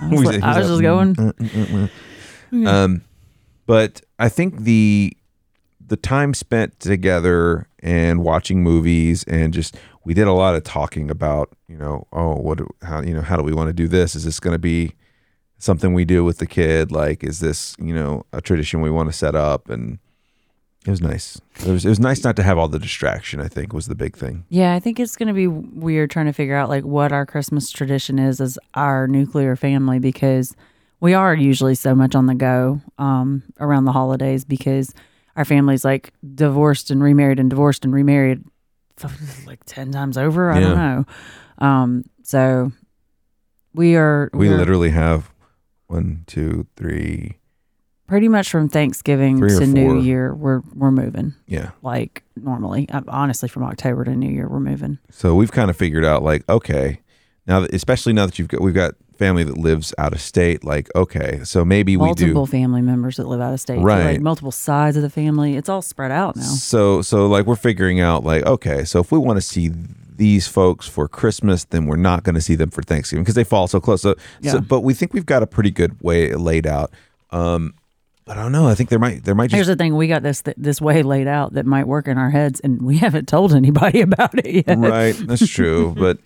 S2: I was, like-
S1: He's-
S2: I was
S1: he's
S2: just
S1: like,
S2: going.
S1: "Mm, mm, mm, mm, mm." Um, but I think the the time spent together and watching movies and just we did a lot of talking about you know oh what do- how you know how do we want to do this is this going to be something we do with the kid like is this you know a tradition we want to set up and it was nice it was it was nice not to have all the distraction I think was the big thing
S2: Yeah, I think it's going to be weird trying to figure out like what our Christmas tradition is as our nuclear family because we are usually so much on the go um, around the holidays because our family's like divorced and remarried and divorced and remarried like 10 times over. I don't know. Um, so we are
S1: we
S2: we're
S1: literally have one two three
S2: pretty much from Thanksgiving
S1: Three or
S2: to New
S1: four.
S2: Year, we're, we're moving
S1: yeah
S2: like normally. Uh, Honestly, from October to New Year, we're moving.
S1: So we've kind of figured out like, okay, now that, especially now that you've got we've got family that lives out of state, like, okay, so maybe
S2: multiple
S1: we
S2: family members that live out of state, too,
S1: Right.
S2: Like multiple sides of the family. It's all spread out
S1: do.
S2: now.
S1: So so like we're figuring out like, okay, so if we want to see these folks for Christmas, then we're not going to see them for Thanksgiving because they fall so close. So,
S2: Yeah.
S1: so but we think we've got a pretty good way laid out. Um but I don't know. I think there might there might
S2: Here's
S1: just
S2: the thing: we got this th- this way laid out that might work in our heads, and we haven't told anybody about it yet.
S1: right. That's true. but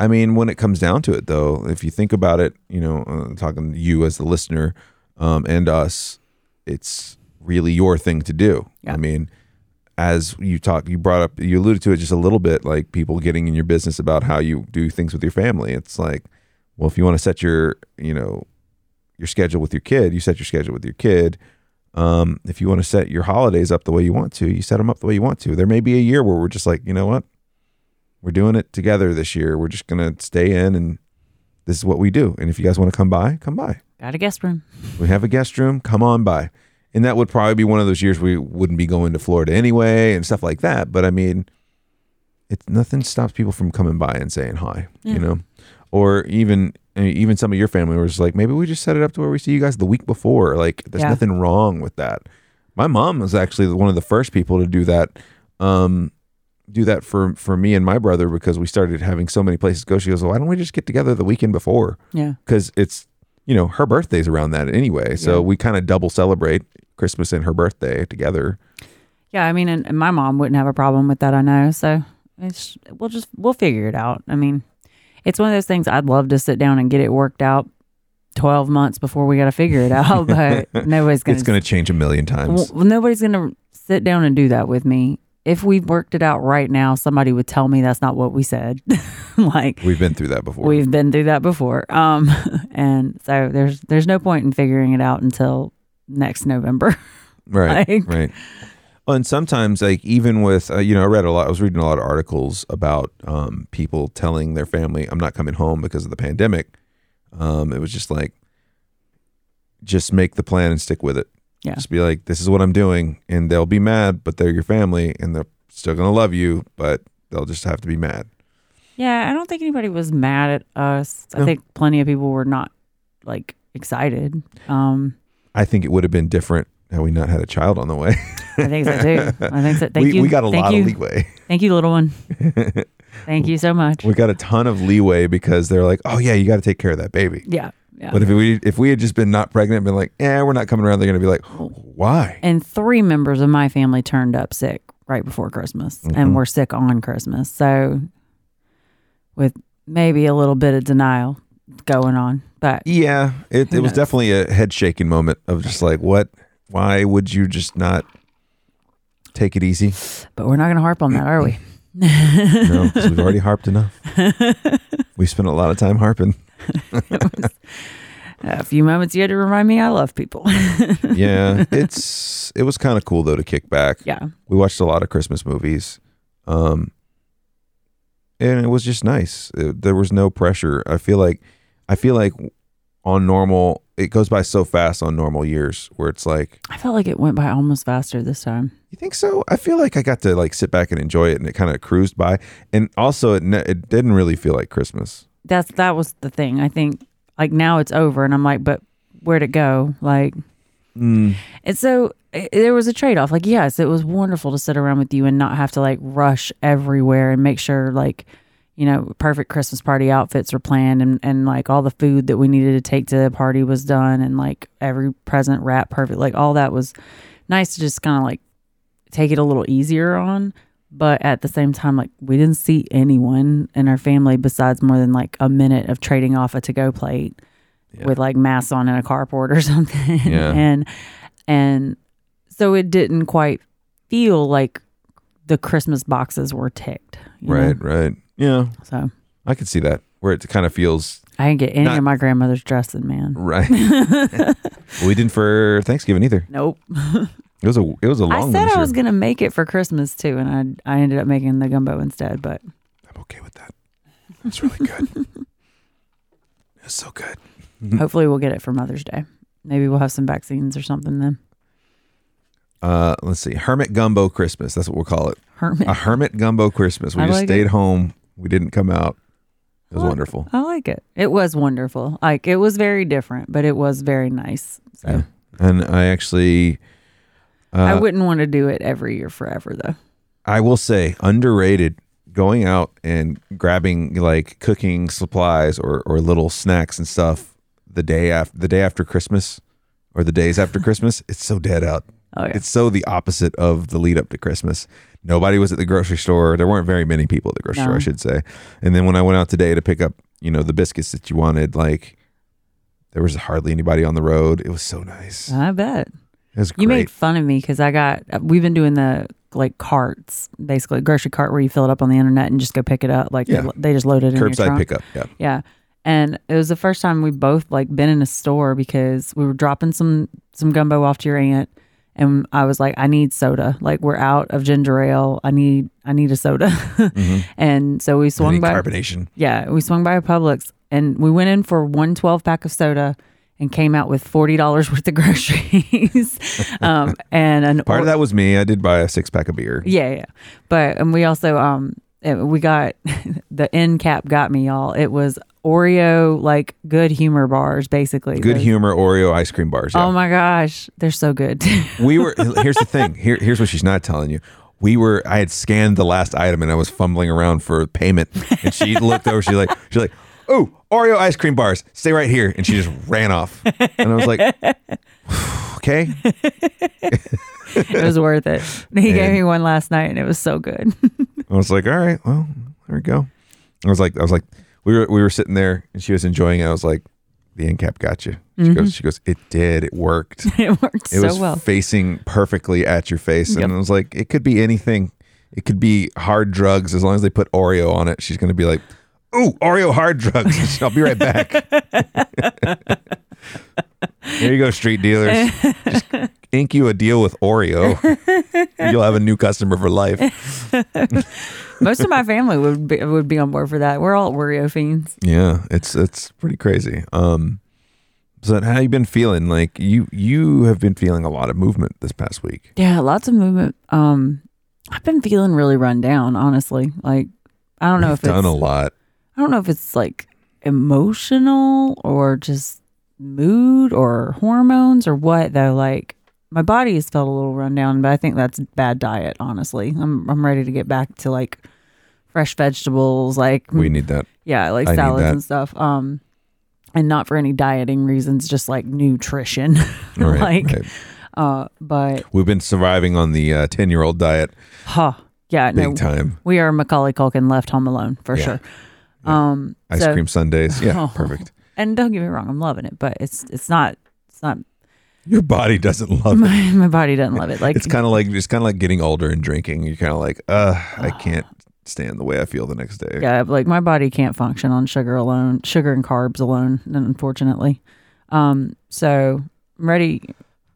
S1: I mean, when it comes down to it, though, if you think about it, you know, uh, talking to you as the listener um, and us, it's really your thing to do.
S2: Yeah.
S1: I mean, as you talk, you brought up, you alluded to it just a little bit, like people getting in your business about how you do things with your family. It's like, well, if you want to set your, you know, your schedule with your kid, you set your schedule with your kid. Um, if you want to set your holidays up the way you want to, you set them up the way you want to. There may be a year where we're just like, you know what? We're doing it together this year. We're just going to stay in and this is what we do. And if you guys want to come by, come by.
S2: Got a guest room.
S1: We have a guest room, come on by. And that would probably be one of those years we wouldn't be going to Florida anyway and stuff like that. But I mean, it's nothing stops people from coming by and saying hi, you know, or even uh, even some of your family was like, maybe we just set it up to where we see you guys the week before. Like, there's
S2: Yeah.
S1: nothing wrong with that. My mom was actually one of the first people to do that. Um, do that for for me and my brother because we started having so many places to go. She goes, why don't we just get together the weekend before?
S2: Yeah,
S1: because it's you know her birthday's around that anyway so
S2: Yeah.
S1: we kind of double celebrate christmas and her birthday together
S2: yeah. I mean, and, and my mom wouldn't have a problem with that. I know. So it's, we'll just we'll figure it out. I mean, it's one of those things. I'd love to sit down and get it worked out. Twelve months before we got to figure it out, but nobody's going
S1: it's going to change a million times
S2: Well, nobody's going to sit down and do that with me. If we worked it out right now, somebody would tell me that's not what we said. like
S1: we've been through that before
S2: we've been through that before. Um, and so there's there's no point in figuring it out until next November.
S1: right
S2: like-
S1: right well, and sometimes like even with uh, you know i read a lot i was reading a lot of articles about um, people telling their family i'm not coming home because of the pandemic um, it was just like just make the plan and stick with it
S2: Yeah.
S1: just be like this is what i'm doing and they'll be mad but they're your family and they're still going to love you but they'll just have to be mad
S2: yeah, I don't think anybody was mad at us. I
S1: No.
S2: think plenty of people were not like excited. Um,
S1: I think it would have been different had we not had a child on the way.
S2: I think so too. I think so. Thank
S1: we,
S2: you.
S1: we got a
S2: Thank
S1: lot
S2: you.
S1: of leeway.
S2: Thank you, little one. Thank you so much.
S1: We got a ton of leeway because they're like, oh yeah, you got to take care of that baby.
S2: yeah. Yeah.
S1: But if we if we had just been not pregnant, and been like, yeah, we're not coming around, they're gonna be like, why?
S2: and three members of my family turned up sick right before Christmas and were sick on Christmas. So, with maybe a little bit of denial going on, but
S1: Yeah, it,
S2: Who
S1: it was
S2: knows?
S1: definitely a head shaking moment of just like, what? Why would you just not take it easy?
S2: but we're not going to harp on that, are we?
S1: No, 'cause we've already harped enough. we spent a lot of time harping.
S2: A few moments you had to remind me I love people.
S1: Yeah, it's it was kind of cool though to kick back.
S2: yeah,
S1: We watched a lot of Christmas movies, um, and it was just nice. It- there was no pressure. I feel like I feel like on normal, it goes by so fast on normal years where it's like
S2: I felt like it went by almost faster this time.
S1: You think so? I feel like I got to like sit back and enjoy it, and it kind of cruised by. And also, it ne- it didn't really feel like Christmas.
S2: That's that was the thing. I think like now it's over, and I'm like, but where'd it go? Like And so i there was a trade off. Like, yes, it was wonderful to sit around with you and not have to like rush everywhere and make sure like, you know, perfect Christmas party outfits were planned and, and like all the food that we needed to take to the party was done and like every present wrapped perfect. Like all that was nice to just kind of like take it a little easier on. But at the same time, like we didn't see anyone in our family besides more than like a minute of trading off a to go plate with like masks on in a carport or something.
S1: Yeah.
S2: and and so it didn't quite feel like the Christmas boxes were ticked. you know?
S1: Right, right. Yeah,
S2: So
S1: I could see that where it kind of feels
S2: I didn't get any
S1: Not-
S2: of my grandmother's dressing, man.
S1: right. we didn't for Thanksgiving either.
S2: Nope.
S1: It was a it was a
S2: I
S1: long.
S2: said
S1: one
S2: I
S1: this
S2: was
S1: year.
S2: gonna make it for Christmas too, and I I ended up making the gumbo instead. But
S1: I'm okay with that. It's really good. it's so good. Mm-hmm.
S2: hopefully we'll get it for Mother's Day. Maybe we'll have some vaccines or something then.
S1: Uh, let's see, hermit gumbo Christmas. That's what we'll call it.
S2: Hermit.
S1: A hermit gumbo Christmas. We
S2: I
S1: just
S2: like
S1: stayed home. We didn't come out. It was
S2: Well,
S1: wonderful.
S2: I like it. It was wonderful. Like it was very different, but it was very nice. So
S1: Yeah. And I actually, uh,
S2: I wouldn't want to do it every year forever though.
S1: I will say underrated going out and grabbing like cooking supplies or, or little snacks and stuff the day after the day after Christmas or the days after Christmas. It's so dead out.
S2: Oh yeah.
S1: It's so the opposite of the lead up to Christmas. Nobody was at the grocery store. There weren't very many people at the grocery store, I
S2: No.
S1: should say. And then when I went out today to pick up, you know, the biscuits that you wanted, like there was hardly anybody on the road. It was so nice.
S2: I bet.
S1: It was great.
S2: Uh, You made fun of me because I got, uh, we've been doing the like carts, basically grocery cart where you fill it up on the internet and just go pick it up. Like
S1: Yeah.
S2: they, they just load it in your
S1: Curbside
S2: trunk.
S1: pickup. Yeah.
S2: Yeah. And it was the first time we both like been in a store because we were dropping some some gumbo off to your aunt and I was like I need soda. Like we're out of ginger ale. I need I need a soda. and so
S1: Mm-hmm.
S2: we
S1: I
S2: swung
S1: mean,
S2: by
S1: carbonation.
S2: Yeah, we swung by a Publix and we went in for one 12 pack of soda and came out with $40 worth of groceries. um, and an
S1: Part of that was me. I did buy a six pack of beer.
S2: Yeah, yeah. But, and we also, um, eh, we got the end cap got me, y'all. It was Oreo, like good humor bars, basically.
S1: Good
S2: Those-
S1: humor Oreo ice cream bars.
S2: Oh
S1: Yeah.
S2: my gosh, they're so good.
S1: we were here's the thing. Here here's what she's not telling you. We were I had scanned the last item and I was fumbling around for payment and she looked over she's like she's like, "Oh, Oreo ice cream bars. Stay right here." And she just ran off. And I was like, "Okay."
S2: it was worth it. He gave
S1: And-
S2: me one last night and it was so good.
S1: I was like, "All right. Well, there we go." I was like I was like we were we were sitting there and she was enjoying it. I was like, "The end cap got you." She goes she goes, "It did. It worked."
S2: it worked
S1: It
S2: so
S1: was
S2: well.
S1: facing perfectly at your face,
S2: Yep.
S1: and it was like it could be anything. It could be hard drugs as long as they put Oreo on it. She's gonna be like, "Ooh, Oreo hard drugs." I'll be right back. there you go, street dealers. Just ink you a deal with Oreo. You'll have a new customer for life.
S2: Most of my family would be, would be on board for that. We're all Oreo fiends.
S1: Yeah, it's it's pretty crazy. Um, so how you been feeling? Like you you have been feeling a lot of movement this past week.
S2: Yeah, lots of movement. Um, I've been feeling really run down, honestly. Like, I don't know if
S1: We've done
S2: it's
S1: a lot.
S2: I don't know if it's like emotional or just mood or hormones or what though. Like, my body has felt a little run down, but I think that's bad diet. Honestly, I'm I'm ready to get back to like fresh vegetables, like
S1: We need that.
S2: yeah, like
S1: I need
S2: salads
S1: that.
S2: and stuff. Um, and not for any dieting reasons, just like nutrition.
S1: Right,
S2: like,
S1: right.
S2: uh, but
S1: We've been surviving on the uh, ten-year-old diet
S2: huh, yeah,
S1: big
S2: no,
S1: time.
S2: we are Macaulay Culkin left home alone for
S1: Yeah.
S2: sure. Um,
S1: Ice
S2: so-
S1: cream sundaes. Yeah,
S2: Oh.
S1: perfect.
S2: and don't get me wrong, I'm loving it, but it's it's not it's not
S1: Your body doesn't love it.
S2: my, my body doesn't love it. Like
S1: It's kind of like it's kind of like getting older and drinking. You're kind of like, uh, I can't stand the way I feel the next day.
S2: yeah, like my body can't function on sugar alone, sugar and carbs alone, unfortunately. Um, so I'm ready,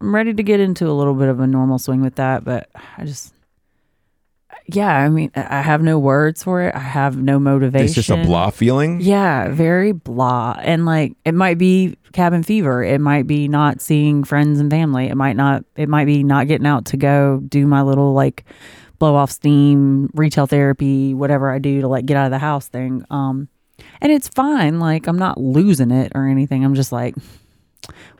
S2: I'm ready to get into a little bit of a normal swing with that, but I just, yeah, I mean, I I have no words for it. I have no motivation.
S1: It's just a blah feeling.
S2: Yeah, very blah. And like it might be cabin fever. It might be not seeing friends and family. It might not it might be not getting out to go do my little like blow off steam, retail therapy, whatever I do to like get out of the house thing. Um and it's fine. Like I'm not losing it or anything. I'm just like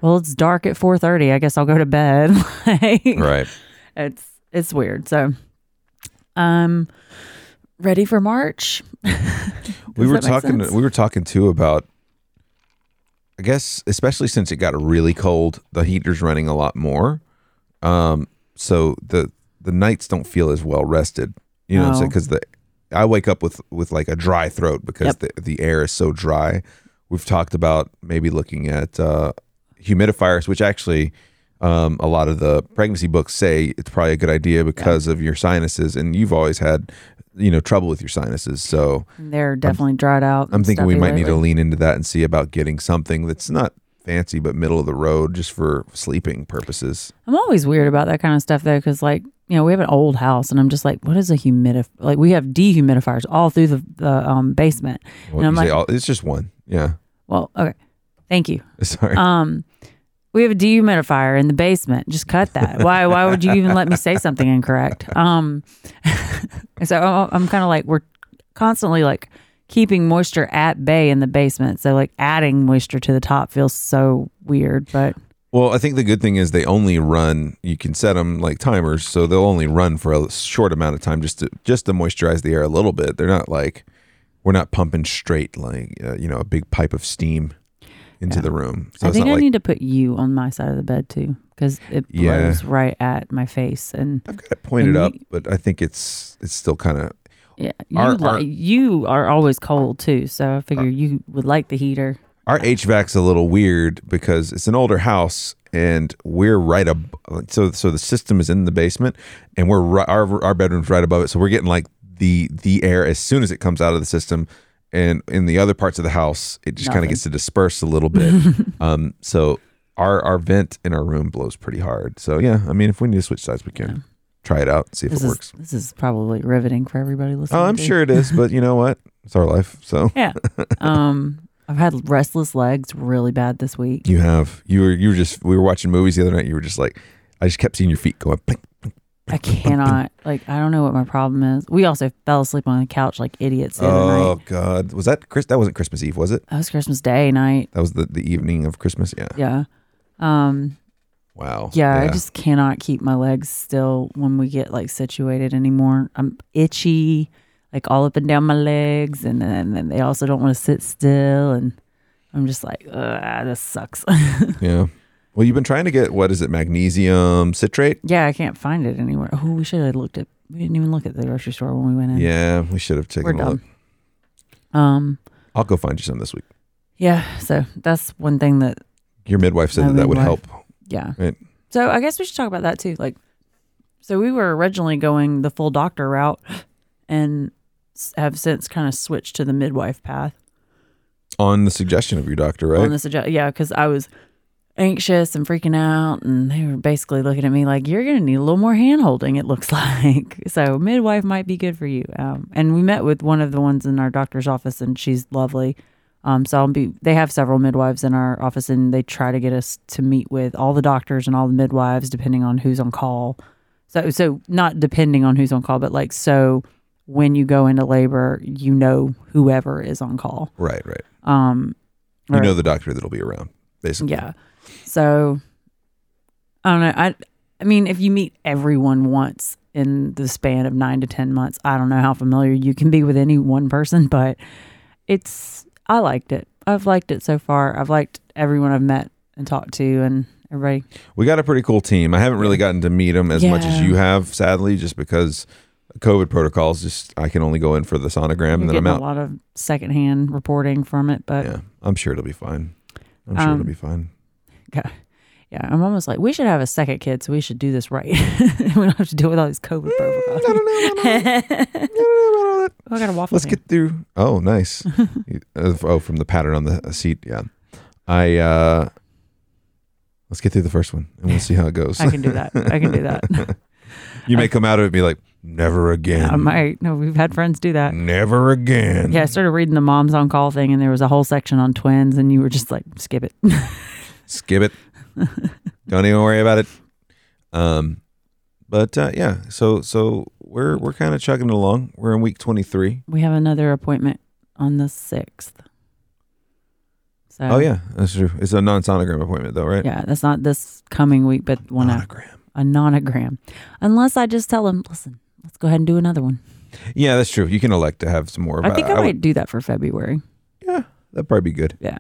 S2: well, it's dark at 4:30. I guess I'll go to bed. like
S1: Right.
S2: it's it's weird. So I'm ready for March.
S1: we
S2: Does
S1: were
S2: that make
S1: talking.
S2: sense?
S1: We were talking too about. I guess, especially since it got really cold, the heater's running a lot more. Um, so the the nights don't feel as well rested. You know what I'm saying?
S2: No.
S1: Because the I wake up with with like a dry throat because the the air is so dry. We've talked about maybe looking at uh, humidifiers, which actually um, a lot of the pregnancy books say it's probably a good idea because of your sinuses, and you've always had you know trouble with your sinuses, so.
S2: They're definitely dried out.
S1: I'm
S2: and
S1: thinking we
S2: stuffy
S1: might need to
S2: lately.
S1: lean into that and see about getting something that's not fancy but middle of the road just for sleeping purposes.
S2: I'm always weird about that kind of stuff though, because like you know we have an old house, and I'm just like, what is a humidif? Like we have dehumidifiers all through the, the um, basement,
S1: Well,
S2: and I'm
S1: you say
S2: like,
S1: all- it's just one. Yeah.
S2: well, okay, thank you.
S1: Sorry.
S2: Um, we have a dehumidifier in the basement. Just cut that. Why? Why would you even let me say something incorrect? Um, so I- I'm kind of like we're constantly like keeping moisture at bay in the basement. So like adding moisture to the top feels so weird, but
S1: well, I think the good thing is they only run. You can set them like timers, so they'll only run for a short amount of time just to just to moisturize the air a little bit. They're not like we're not pumping straight like uh, you know a big pipe of steam into the room. So
S2: I
S1: it's
S2: think
S1: not
S2: I
S1: like
S2: need to put you on my side of the bed too, because it
S1: Yeah.
S2: blows right at my face, and
S1: I've got it pointed
S2: and
S1: up,
S2: you-
S1: but I think it's it's still kind of
S2: yeah, you,
S1: Our-
S2: li-
S1: our- Uh,
S2: you are always cold too. So I figure you would like the heater.
S1: Our HVAC's a little weird because it's an older house and we're right ab- so so the system is in the basement and we're ri- our our bedroom's right above it so we're getting like the the air as soon as it comes out of the system and in the other parts of the house it just kind of
S2: Nothing.
S1: gets to disperse a little bit um so our our vent in our room blows pretty hard so yeah I mean if we need to switch sides we can try it out see if
S2: This
S1: it
S2: is
S1: works
S2: this is probably riveting for everybody listening.
S1: oh I'm
S2: too.
S1: sure it is but you know what it's our life so
S2: Yeah. um, I've had restless legs really bad this week.
S1: You have. You were. You were just. We were watching movies the other night. You were just like, I just kept seeing your feet going. Plink.
S2: I cannot like I don't know what my problem is. We also fell asleep on the couch like idiots the other
S1: Oh
S2: night.
S1: God, was that Chris? That wasn't Christmas Eve, was it?
S2: That was Christmas Day night.
S1: That was the, the evening of Christmas. Yeah.
S2: Yeah. Um,
S1: Wow.
S2: Yeah, I just cannot keep my legs still when we get like situated anymore. I'm itchy, like all up and down my legs, and then, then they also don't want to sit still, and I'm just like, Ugh, this sucks.
S1: Yeah. Well, you've been trying to get what is it? Magnesium citrate.
S2: yeah, I can't find it anywhere. Oh, we should have looked at. We didn't even look at the grocery store when we went in.
S1: Yeah, we should have
S2: we're
S1: taken a look.
S2: dumb. Um,
S1: I'll go find you some this week.
S2: yeah. So that's one thing that
S1: Your midwife said
S2: My
S1: that, that would
S2: midwife.
S1: help.
S2: Yeah.
S1: Right.
S2: So I guess we should talk about that too. Like, so we were originally going the full doctor route and s- have since kind of switched to the midwife path
S1: On the suggestion of your doctor,
S2: on
S1: right?
S2: this. adju- Yeah. Cause I was anxious and freaking out. And they were basically looking at me like, you're going to need a little more hand holding, it looks like. So midwife might be good for you. Um, and we met with one of the ones in our doctor's office and she's lovely. Um, so I'll be. They have several midwives in our office, and they try to get us to meet with all the doctors and all the midwives, depending on who's on call. So, so not depending on who's on call, but like so, when you go into labor, you know whoever is on call.
S1: Right, right.
S2: Um,
S1: You
S2: or-
S1: know the doctor that'll be around, basically.
S2: yeah. So I don't know. I I mean, if you meet everyone once in the span of nine to 10 months, I don't know how familiar you can be with any one person, but it's, I liked it. I've liked it so far. I've liked everyone I've met and talked to and everybody.
S1: We got a pretty cool team. I haven't really gotten to meet them as much as
S2: Yeah.
S1: you have, sadly, just because COVID protocols. Just I can only go in for the sonogram and
S2: You're
S1: then I'm
S2: getting a
S1: out.
S2: lot of secondhand reporting from it, but
S1: Yeah, I'm sure it'll be fine. I'm sure it'll
S2: Um,
S1: be fine.
S2: yeah, I'm almost like, we should have a second kid, so we should do this right. we don't have to deal with all these COVID protocols.
S1: I don't know. I don't know. I don't know about all that.
S2: I got a waffle.
S1: Mm, Let's
S2: pan.
S1: get through. Oh, nice. You- uh, oh, from the pattern on the seat. Yeah, I. uh Let's get through the first one and we'll see how it goes.
S2: I can do that. I can do that.
S1: you may come out of it and be like, never again.
S2: I might. No, we've had friends do
S1: Mm-hmm.
S2: that.
S1: never again.
S2: Yeah, I started reading the moms on call thing, and there was a whole section on twins, and you were just like, skip it.
S1: skip it. Don't even worry about it. Um, but uh, yeah, so so we're we're kind of chugging it along. We're in week twenty three.
S2: we have another appointment on the sixth. So,
S1: Oh yeah, that's true. It's a non sonogram appointment though, right?
S2: yeah, that's not this coming week, but one after
S1: Sonogram.
S2: a nonogram. Unless I just tell him, listen, let's go ahead and do another one.
S1: Yeah, that's true. You can elect to have some more.
S2: I
S1: but
S2: think I, might
S1: would-
S2: do that for February.
S1: yeah, that'd probably be good.
S2: Yeah,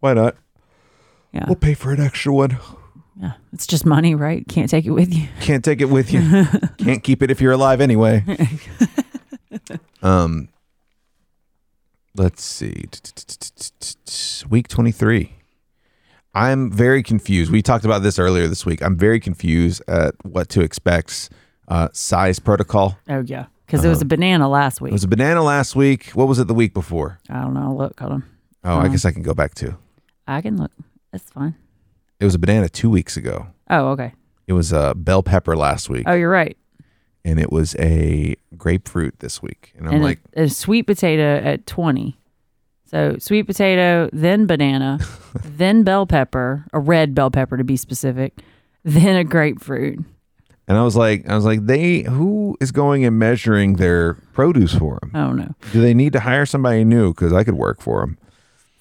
S1: Why not?
S2: yeah,
S1: We'll pay for an extra one.
S2: yeah. It's just money, right? Can't take it with you.
S1: Can't take it with you. Can't keep it if you're alive anyway. um, let's see. Week 23. I'm very confused. We talked about this earlier this week. I'm very confused at what to expect. Uh, size protocol.
S2: Oh yeah, because it was a banana last
S1: Uh-huh. It
S2: week.
S1: was a banana last week. What was it the week before?
S2: I don't know. Look, hold on.
S1: Oh, I guess I can go back to.
S2: I can look. It's fine.
S1: It was a banana two weeks ago.
S2: Oh okay.
S1: It was a bell pepper last week,
S2: Oh, you're right.
S1: and it was a grapefruit this week. And I'm
S2: and a-
S1: like,
S2: a, sweet potato at 20. So sweet potato, then banana, then bell pepper, a red bell pepper to be specific, then a grapefruit.
S1: And I was like, I was like, they who is going and measuring their produce for them?
S2: I don't know.
S1: Do they need to hire somebody new? Because I could work for them.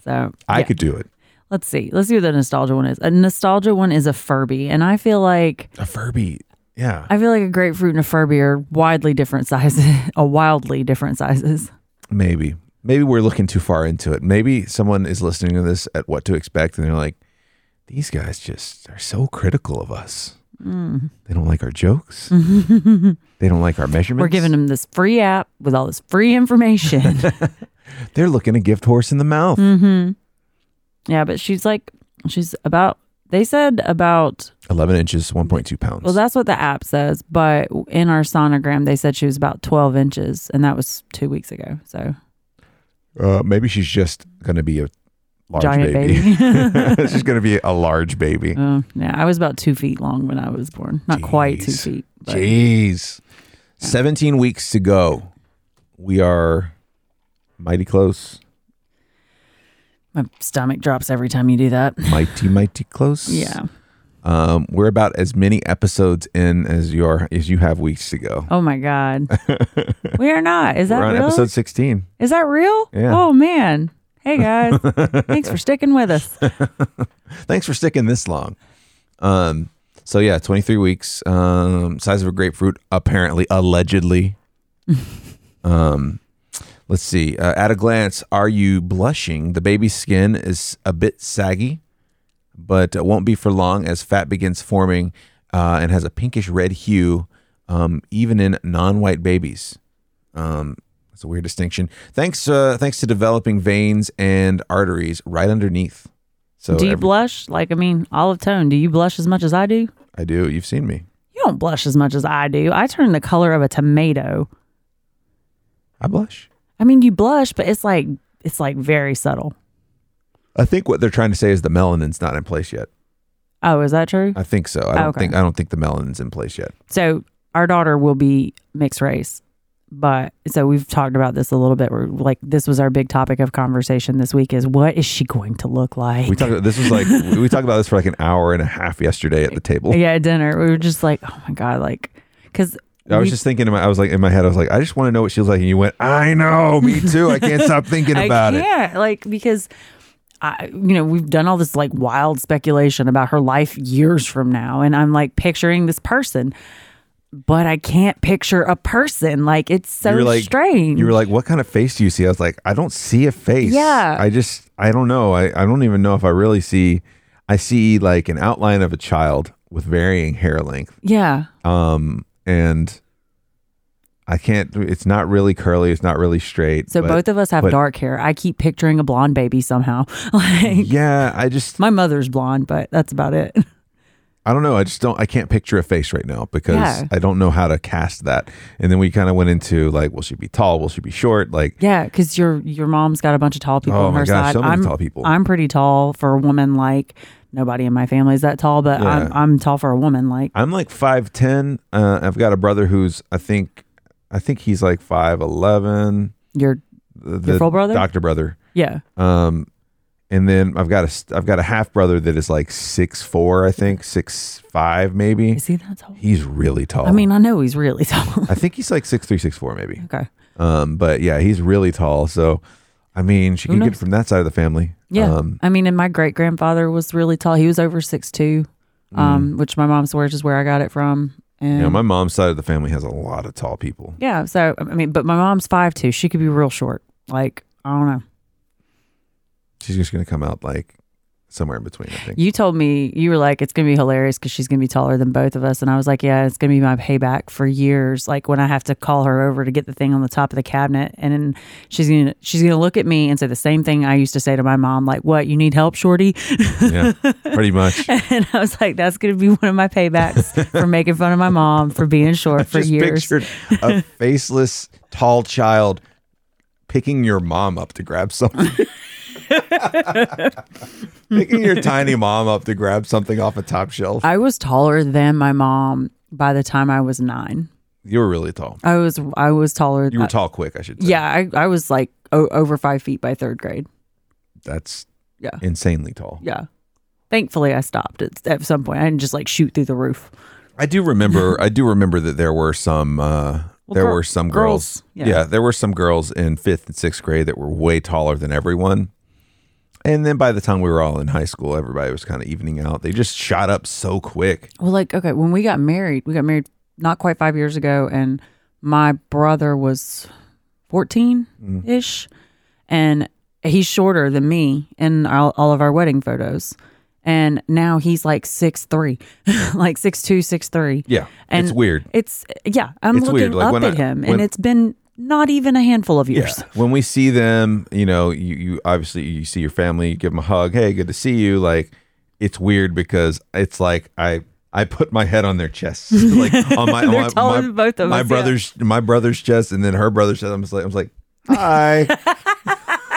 S2: So
S1: I
S2: yeah.
S1: could do it.
S2: let's see. Let's see what the nostalgia one is. A nostalgia one is a Furby, and I feel like
S1: A Furby, yeah.
S2: I feel like a grapefruit and a Furby are widely different sizes, a wildly different sizes.
S1: Maybe, maybe we're looking too far into it. Maybe someone is listening to this at what to expect, and they're like, these guys just are so critical of us. They don't like our jokes. they don't like our measurements.
S2: Mm. We're giving them this free app with all this free information.
S1: They're looking a gift horse in the mouth.
S2: Mm. yeah, but she's like, she's about. They said about
S1: Eleven inches, one point two pounds.
S2: Well, that's what the app says, but in our sonogram, they said she was about 12 inches, and that was two weeks ago. So,
S1: Uh, maybe she's just going to be a large
S2: Giant
S1: baby.
S2: baby.
S1: she's going to be a large baby.
S2: uh, yeah, I was about two feet long when I was born. Not quite two
S1: Jeez.
S2: feet. But
S1: Jeez. 17 weeks to go. We are mighty close.
S2: my stomach drops every time you do that.
S1: Mighty, mighty close.
S2: Yeah.
S1: Um, we're about as many episodes in as you are as you have weeks to go.
S2: Oh my God. we are not. Is that
S1: We're on
S2: real?
S1: episode 16.
S2: Is that real?
S1: Yeah.
S2: Oh man. Hey guys. Thanks for sticking with us.
S1: Thanks for sticking this long. Um, so yeah, 23 weeks. Um, size of a grapefruit, apparently, allegedly. um, let's see. Uh, at a glance, are you blushing? The baby's skin is a bit saggy, but it won't be for long as fat begins forming uh, and has a pinkish red hue, um, even in non-white babies. Um, that's a weird distinction. Thanks, uh, thanks to developing veins and arteries right underneath. So
S2: do you
S1: every-
S2: blush? Like, I mean, olive tone. Do you blush as much as I do?
S1: I do. You've seen me.
S2: You don't blush as much as I do. I turn the color of a tomato.
S1: I blush.
S2: I mean, you blush, but it's like it's like very subtle.
S1: I think what they're trying to say is the melanin's not in place yet.
S2: Oh, is that true?
S1: I think so. I don't
S2: Okay.
S1: think I don't think the melanin's in place yet.
S2: So our daughter will be mixed race, but so we've talked about this a little bit. We're like, this was our big topic of conversation this week: is what is she going to look like?
S1: We talked. This was like we talked about this for like an hour and a half yesterday at the table.
S2: yeah, at dinner we were just like, oh my god, like, because
S1: I was just thinking. In my, I was like in my head. I was like, I just want to know what she was like. And you went, I know. Me too. I can't stop thinking about
S2: I
S1: it.
S2: can't like because I, you know, we've done all this like wild speculation about her life years from now. And I'm like picturing this person, but I can't picture a person. Like, it's so strange.
S1: You were like, what kind of face do you see? I was like, I don't see a face.
S2: Yeah.
S1: I just, I don't know. I, I don't even know if I really see. I see like an outline of a child with varying hair length.
S2: yeah.
S1: Um, and I can't, it's not really curly. It's not really straight.
S2: So
S1: but-
S2: both of us have
S1: but-
S2: dark hair. I keep picturing a blonde baby somehow. like,
S1: Yeah. I just,
S2: my mother's blonde, but that's about it.
S1: I don't know. I just don't. I can't picture a face right now because
S2: Yeah.
S1: I don't know how to cast that. And then we kind of went into like, will she be tall? Will she be short? Like,
S2: Yeah, because your your mom's got a bunch of tall people
S1: Oh
S2: on
S1: my
S2: her
S1: gosh,
S2: side.
S1: so many
S2: I'm,
S1: tall people.
S2: I'm pretty tall for a woman. Like nobody in my family is that tall, but I'm
S1: Yeah.
S2: I'm tall for a woman. Like
S1: I'm like five ten. Uh, I've got a brother who's I think, I think he's like five eleven.
S2: you're
S1: The,
S2: Your full brother?
S1: doctor brother.
S2: yeah
S1: Um, and then I've got a s- I've got a half brother that is like six four. I think six five maybe.
S2: is he that tall?
S1: He's really tall.
S2: I mean, I know he's really tall.
S1: I think he's like six three six four maybe.
S2: okay,
S1: Um, but yeah, he's really tall. So, I mean, she
S2: Who
S1: can get
S2: knows?
S1: it from that side of the family.
S2: yeah.
S1: Um,
S2: I mean, and my great grandfather was really tall. He was over six two, um, which my mom swears is where I got it from. And
S1: you know, Mm. my mom's side of the family has a lot of tall people.
S2: yeah, so I mean, but my mom's five two. She could be real short. Like I don't know.
S1: She's just gonna come out like somewhere in between. I think.
S2: You told me you were like, it's gonna be hilarious because she's gonna be taller than both of us, and I was like, yeah, it's gonna be my payback for years. Like when I have to call her over to get the thing on the top of the cabinet, and then she's gonna she's gonna look at me and say the same thing I used to say to my mom, like, what you need help, shorty?
S1: Yeah, pretty much.
S2: and I was like, that's gonna be one of my paybacks for making fun of my mom for being short for
S1: just
S2: years.
S1: pictured a faceless tall child picking your mom up to grab something. picking your tiny mom up to grab something off a top shelf.
S2: I was taller than my mom by the time I was nine.
S1: You were really tall.
S2: I was I was taller.
S1: You were tall quick, I should say.
S2: Uh, yeah, I, I was like o- over five feet by third grade.
S1: That's
S2: Yeah.
S1: insanely tall.
S2: yeah. Thankfully, I stopped at, at some point. I didn't just like shoot through the roof.
S1: I do remember. I do remember that there were some. Uh,
S2: Well,
S1: there
S2: gir-
S1: were some girls.
S2: girls,
S1: Yeah.
S2: yeah.
S1: there were some girls in fifth and sixth grade that were way taller than everyone. And then by the time we were all in high school, everybody was kind of evening out. They just shot up so quick.
S2: Well, like, okay, when we got married, we got married not quite five years ago, and my brother was 14 ish, and he's shorter than me in all, all of our wedding photos. And now he's like six three, like six two, six three.
S1: Yeah,
S2: And
S1: it's weird.
S2: It's yeah. I'm
S1: It's
S2: looking
S1: weird, like,
S2: up
S1: when
S2: at
S1: I-
S2: him,
S1: when-
S2: and it's been not even a handful of years.
S1: When we see them, you know, you, you obviously you see your family, you give them a hug. Hey, good to see you. Like, it's weird because it's like I I put my head on their chest, like on my on
S2: They're
S1: my,
S2: taller
S1: my-
S2: than both of
S1: my
S2: us, yeah.
S1: brother's my brother's chest, and then her brother's chest. I'm just like I'm just like hi.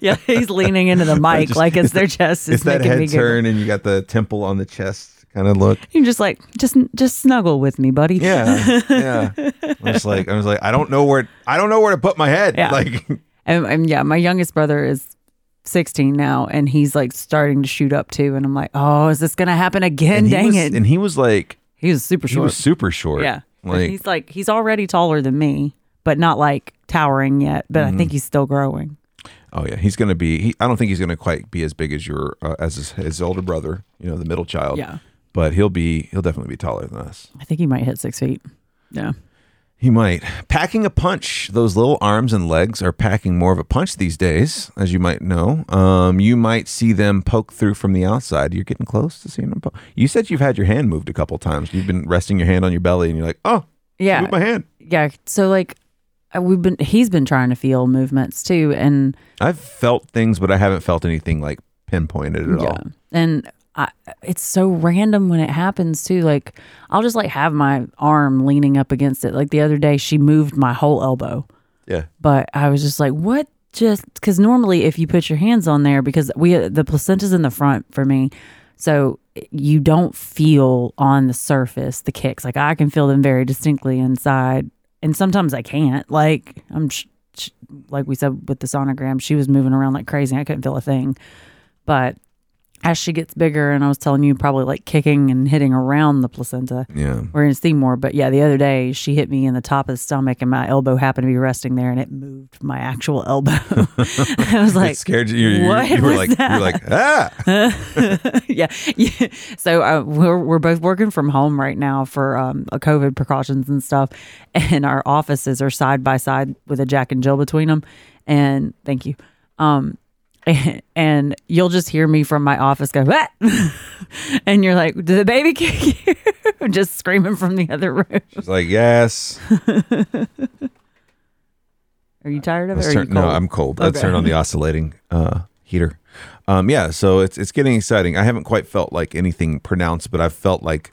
S2: yeah, he's leaning into the mic
S1: just-
S2: like it's their chest is
S1: it's that
S2: making me
S1: head
S2: giggle.
S1: turn, and you got the temple on the chest kind of look.
S2: You're just like just just snuggle with me, buddy.
S1: Yeah, yeah. I'm just like I was like I don't know where I don't know where to put my head.
S2: Yeah.
S1: Like
S2: And, and yeah, my youngest brother is 16 now, and he's like starting to shoot up too. And I'm like, oh, is this gonna happen again?
S1: and he
S2: Dang
S1: was,
S2: it!
S1: And he was like
S2: he was super
S1: he
S2: short.
S1: was super short.
S2: yeah, And
S1: like
S2: he's like he's already taller than me, but not like towering yet. But
S1: Mm-hmm.
S2: I think he's still growing.
S1: Oh yeah, he's gonna be. He, I don't think he's gonna quite be as big as your uh, as his, his older brother. You know, the middle child.
S2: Yeah.
S1: but he'll be. He'll definitely be taller than us.
S2: I think he might hit six feet. Yeah.
S1: He might packing a punch. Those little arms and legs are packing more of a punch these days, as you might know. Um, you might see them poke through from the outside. You're getting close to seeing them. Poke. You said you've had your hand moved a couple times. You've been resting your hand on your belly, and you're like, oh,
S2: Yeah.
S1: move my hand.
S2: yeah. So like, uh, we've been he's been trying to feel movements too, and
S1: I've felt things, but I haven't felt anything like pinpointed at all.
S2: And I, it's so random when it happens too. Like I'll just like have my arm leaning up against it. Like the other day, she moved my whole elbow,
S1: Yeah,
S2: but I was just like, what? Just because normally if you put your hands on there, because we the placenta's in the front for me, so you don't feel on the surface the kicks. Like I can feel them very distinctly inside, and sometimes I can't. Like I'm. Sh- sh- like we said with the sonogram, she was moving around like crazy. I couldn't feel a thing, but as she gets bigger, and I was telling you, probably like kicking and hitting around the placenta.
S1: Yeah.
S2: We're gonna see more, but yeah, the other day she hit me in the top of the stomach, and my elbow happened to be resting there, and it moved my actual elbow. I was
S1: it
S2: like,
S1: scared you. You, you-
S2: what
S1: you were
S2: was
S1: like, you
S2: that?
S1: were like, ah.
S2: yeah. yeah. So uh, we're we're both working from home right now for um, uh, COVID precautions and stuff, and our offices are side by side with a Jack and Jill between them. And thank you. Um, and, and you'll just hear me from my office go, "What?" and you're like, "Did the baby kick you?" I'm just screaming from the other room.
S1: She's like, yes.
S2: Are you tired of it?
S1: Let's
S2: Or are
S1: turn,
S2: you
S1: No,
S2: cold?
S1: I'm cold. Let's
S2: Okay.
S1: turn on the oscillating uh, heater. Um, yeah, so it's it's getting exciting. I haven't quite felt like anything pronounced, but I've felt like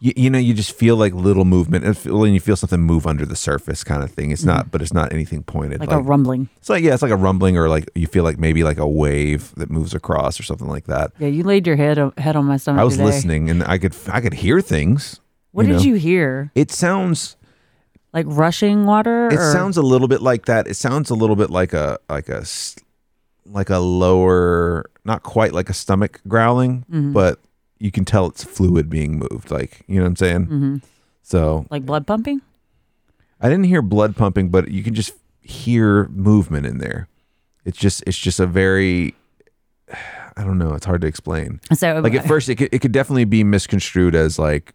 S1: you, you know you just feel like little movement and feel- and you feel something move under the surface kind of thing. It's not, but it's not anything pointed.
S2: Mm-hmm. like a rumbling.
S1: it's like yeah, it's like a rumbling or like you feel like maybe like a wave that moves across or something like that.
S2: Yeah, you laid your head o- head on my stomach.
S1: I was
S2: today.
S1: listening and I could I could hear things.
S2: What did
S1: know.
S2: you hear?
S1: It sounds
S2: Like rushing water?
S1: It
S2: or-
S1: sounds a little bit like that. It sounds a little bit like a like a s- like a lower, not quite like a stomach growling, but you can tell it's fluid being moved. Like you know what I'm saying. So
S2: like blood pumping.
S1: I didn't hear blood pumping, but you can just hear movement in there. It's just it's just a very I don't know. It's hard to explain.
S2: So
S1: Like at first, it could, it could definitely be misconstrued as like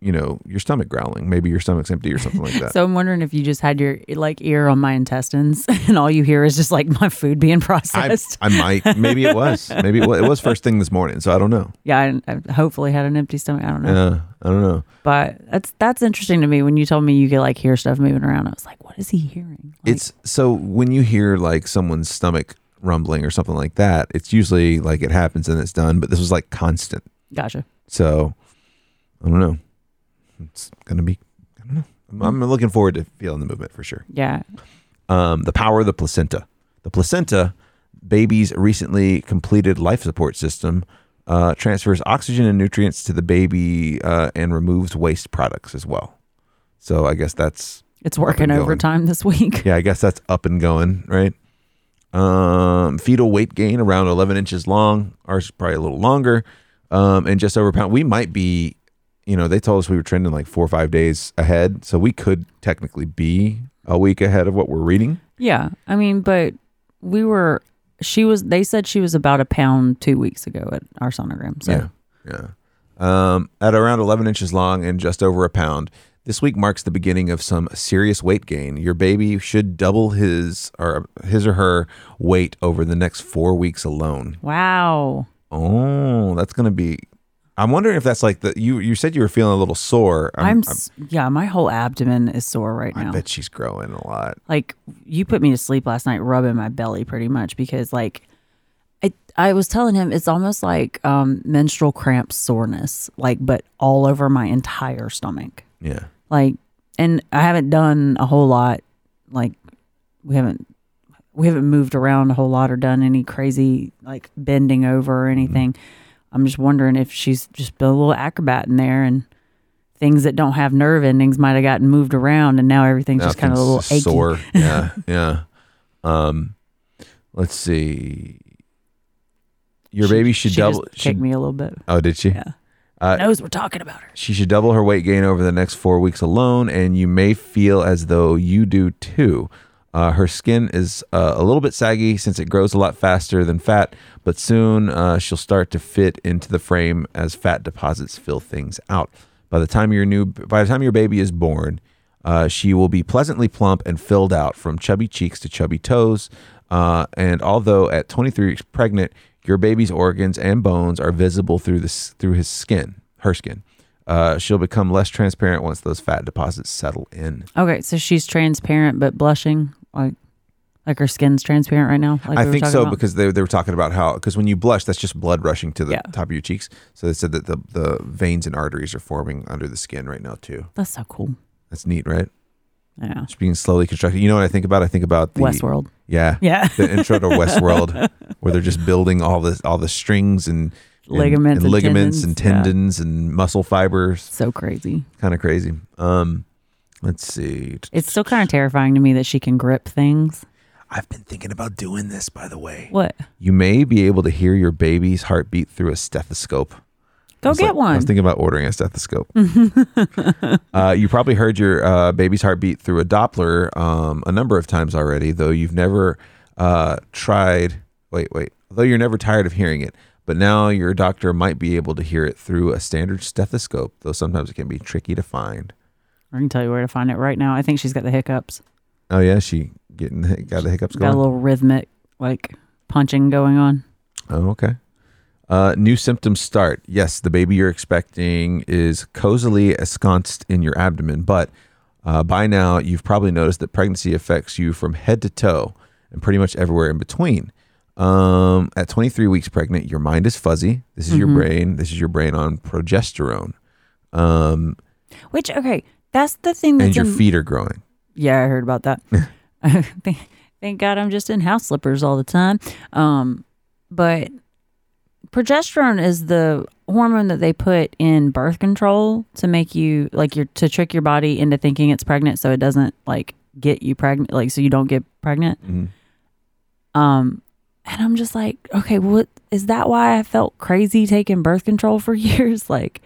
S1: you know your stomach growling. Maybe your stomach's empty or something like that.
S2: So I'm wondering if you just had your like ear on my intestines and all you hear is just like my food being
S1: I,
S2: processed.
S1: I might. Maybe it was. Maybe it was, it was first thing this morning. So I don't know.
S2: yeah, I, I hopefully had an empty stomach. I don't know,
S1: Uh, I don't know.
S2: but that's that's interesting to me. When you told me you could like hear stuff moving around, I was like, what is he hearing? Like,
S1: It's so when you hear like someone's stomach rumbling or something like that, it's usually like it happens and it's done. But this was like constant.
S2: gotcha.
S1: So I don't know. It's gonna be. I don't know. I'm, I'm looking forward to feeling the movement for sure.
S2: Yeah,
S1: um, the power of the placenta. The placenta, baby's recently completed life support system, uh, transfers oxygen and nutrients to the baby uh, and removes waste products as well. So I guess that's
S2: it's working
S1: going.
S2: overtime this week.
S1: yeah, I guess that's up and going, right? Um, fetal weight gain around 11 inches long. Ours is probably a little longer, um, and just over a pound. We might be, you know, they told us we were trending like four or five days ahead, so we could technically be a week ahead of what we're reading.
S2: Yeah, I mean, but we were. She was. They said she was about a pound two weeks ago at our sonogram. So
S1: Yeah. Yeah. Um, at around 11 inches long and just over a pound, this week marks the beginning of some serious weight gain. Your baby should double his or his or her weight over the next four weeks alone.
S2: wow.
S1: Oh, that's gonna be. I'm wondering if that's like the you. You said you were feeling a little sore.
S2: I'm, s yeah, my whole abdomen is sore right
S1: I
S2: now.
S1: bet she's growing a lot.
S2: like you put me to sleep last night rubbing my belly pretty much because like I I was telling him it's almost like um menstrual cramp soreness like but all over my entire stomach
S1: Yeah.
S2: like and I haven't done a whole lot like we haven't we haven't moved around a whole lot or done any crazy like bending over or
S1: Mm-hmm.
S2: anything I'm just wondering if she's just been a little acrobat in there and things that don't have nerve endings might have gotten moved around and now everything's just kind of a little
S1: Nothing's
S2: achy
S1: sore. yeah, yeah. Um, let's see. Your
S2: She-
S1: baby should
S2: she
S1: double.
S2: Just
S1: should-
S2: kicked me a little bit.
S1: oh, did she?
S2: Yeah. Knows we're talking about her.
S1: She should double her weight gain over the next four weeks alone, and you may feel as though you do too. Uh, her skin is uh, a little bit saggy since it grows a lot faster than fat, but soon uh, she'll start to fit into the frame as fat deposits fill things out. By the time your new, by the time your baby is born, uh, she will be pleasantly plump and filled out from chubby cheeks to chubby toes. Uh, and although at 23 weeks pregnant, your baby's organs and bones are visible through this through his skin, her skin. Uh, she'll become less transparent once those fat deposits settle in.
S2: Okay, so she's transparent but blushing, like like her skin's transparent right now. Like
S1: I
S2: we were
S1: think
S2: talking
S1: so
S2: about?
S1: because they, they were talking about how because when you blush, that's just blood rushing to the
S2: Yeah.
S1: top of your cheeks. So they said that the the veins and arteries are forming under the skin right now too.
S2: that's so cool.
S1: That's neat, right?
S2: Yeah,
S1: It's being slowly constructed. You know what I think about? I think about the
S2: Westworld.
S1: Yeah,
S2: Yeah,
S1: the intro to Westworld, where they're just building all the all the strings and and-
S2: Ligaments
S1: and,
S2: and
S1: ligaments and
S2: tendons, yeah.
S1: tendons and muscle fibers.
S2: so crazy.
S1: Kind of crazy. Um, let's see.
S2: It's still kind of terrifying to me that she can grip things.
S1: I've been thinking about doing this, by the way.
S2: What?
S1: You may be able to hear your baby's heartbeat through a stethoscope.
S2: Go
S1: was
S2: get
S1: like- I
S2: one.
S1: was thinking about ordering a stethoscope. uh, you probably heard your uh, baby's heartbeat through a Doppler um, a number of times already, though you've never uh, tried. Wait, wait. Though you're never tired of hearing it, but now your doctor might be able to hear it through a standard stethoscope, though sometimes it can be tricky to find.
S2: I can tell you where to find it right now. I think she's got the hiccups.
S1: Oh yeah, she getting the, got the hiccups
S2: Got
S1: going.
S2: a little rhythmic like punching going on.
S1: Oh, okay. Uh, new symptoms start. Yes, the baby you're expecting is cozily ensconced in your abdomen, but uh, by now you've probably noticed that pregnancy affects you from head to toe and pretty much everywhere in between. Um, at 23 weeks pregnant, your mind is fuzzy. This is your brain. This is your brain on progesterone, um,
S2: Which okay, that's the thing
S1: and
S2: that's
S1: your
S2: in-
S1: feet are growing.
S2: Yeah, I heard about that. thank, thank God I'm just in house slippers all the time. Um, but progesterone is the hormone that they put in birth control to make you like your to trick your body into thinking it's pregnant, so it doesn't like get you pregnant, like so you don't get pregnant.
S1: Mhm.
S2: Um, and I'm just like, okay, what is that? Why I felt crazy taking birth control for years, like.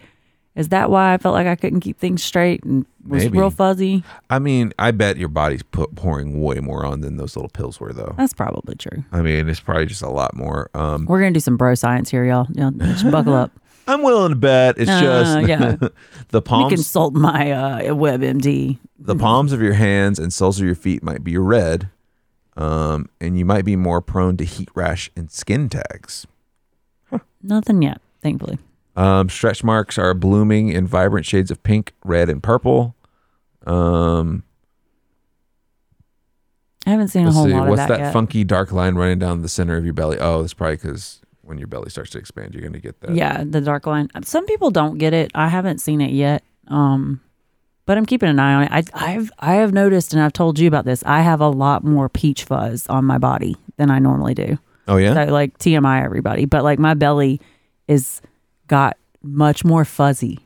S2: Is that why I felt like I couldn't keep things straight and was
S1: Maybe.
S2: real fuzzy?
S1: I mean, I bet your body's put, pouring way more on than those little pills were, though.
S2: That's probably true.
S1: I mean, it's probably just a lot more. Um,
S2: We're gonna do some bro science here, y'all. Y'all just buckle up.
S1: I'm willing to bet it's
S2: No, no,
S1: just
S2: no, Uh, yeah.
S1: the
S2: You
S1: palms,
S2: consult my uh, WebMD.
S1: the palms
S2: mm-hmm.
S1: of your hands and soles of your feet might be red, um, and you might be more prone to heat rash and skin tags.
S2: Nothing yet, thankfully.
S1: Um, stretch marks are blooming in vibrant shades of pink, red, and purple. Um,
S2: I haven't seen a
S1: let's
S2: whole
S1: see,
S2: lot
S1: what's
S2: of
S1: that,
S2: that, yet.
S1: funky dark line running down the center of your belly? Oh, that's probably because when your belly starts to expand, you're going to get that.
S2: yeah, the dark line. Some people don't get it. I haven't seen it yet. Um, but I'm keeping an eye on it. I, I've I have noticed, and I've told you about this. I have a lot more peach fuzz on my body than I normally do.
S1: Oh yeah.
S2: So, like TMI, everybody, but like my belly is got much more fuzzy.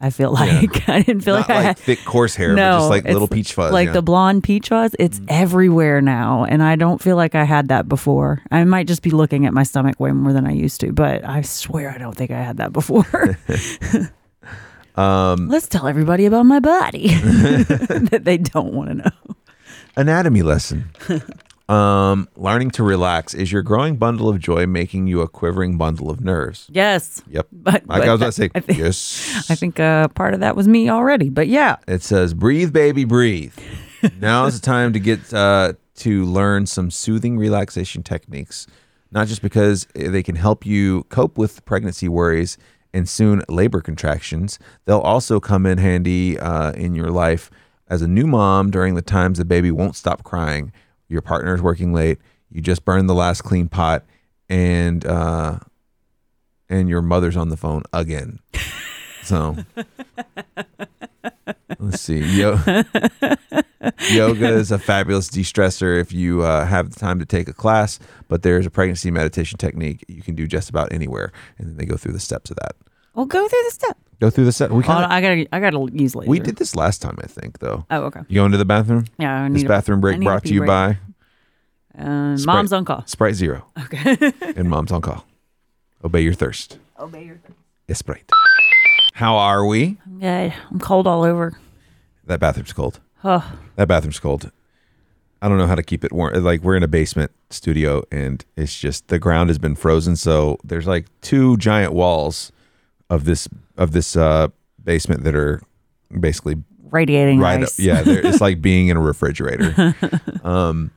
S2: I feel like I didn't feel
S1: Not
S2: like I
S1: like
S2: had
S1: thick coarse hair, but just like
S2: it's
S1: little peach fuzz. yeah.
S2: Like
S1: Mm-hmm.
S2: the blonde peach fuzz, it's everywhere now. And I don't feel like I had that before. I might just be looking at my stomach way more than I used to, but I swear I don't think I had that before. um, Let's tell everybody about my body that they don't want to know.
S1: anatomy lesson. um, learning to relax is your growing bundle of joy making you a quivering bundle of nerves.
S2: Yes.
S1: Yep.
S2: But,
S1: Like
S2: but
S1: I was about to say,
S2: I think,
S1: yes.
S2: I think uh, part of that was me already. But yeah,
S1: It says, breathe, baby, breathe. Now's the time to get uh, to learn some soothing relaxation techniques, not just because they can help you cope with pregnancy worries and soon labor contractions. They'll also come in handy uh, in your life as a new mom during the times the baby won't stop crying, your partner's working late, you just burned the last clean pot, and uh, and your mother's on the phone again. So let's see. Yo- yoga is a fabulous de stressor if you uh, have the time to take a class, but there's a pregnancy meditation technique you can do just about anywhere. And then they go through the steps of that.
S2: well, go through the step.
S1: Go through the set. We,
S2: Oh,
S1: kinda,
S2: I gotta, I gotta use laser.
S1: we did this last time, I think, though.
S2: Oh, okay.
S1: You going to the bathroom?
S2: Yeah, I
S1: This
S2: need. a-
S1: bathroom
S2: I
S1: break
S2: need a
S1: brought
S2: pee
S1: to you
S2: break.
S1: by
S2: uh,
S1: Sprite.
S2: mom's on call.
S1: Sprite Zero
S2: Okay.
S1: and Mom's on Call. Obey your thirst.
S2: Obey your.
S1: Yes, Sprite. How are we?
S2: Good. I'm cold all over.
S1: That bathroom's cold.
S2: Oh,
S1: That bathroom's cold. I don't know how to keep it warm. Like we're in a basement studio, and it's just the ground has been frozen. So there's like two giant walls of this of this uh, basement that are basically
S2: radiating
S1: right up.
S2: ice.
S1: Yeah, they're- it's like being in a refrigerator. um,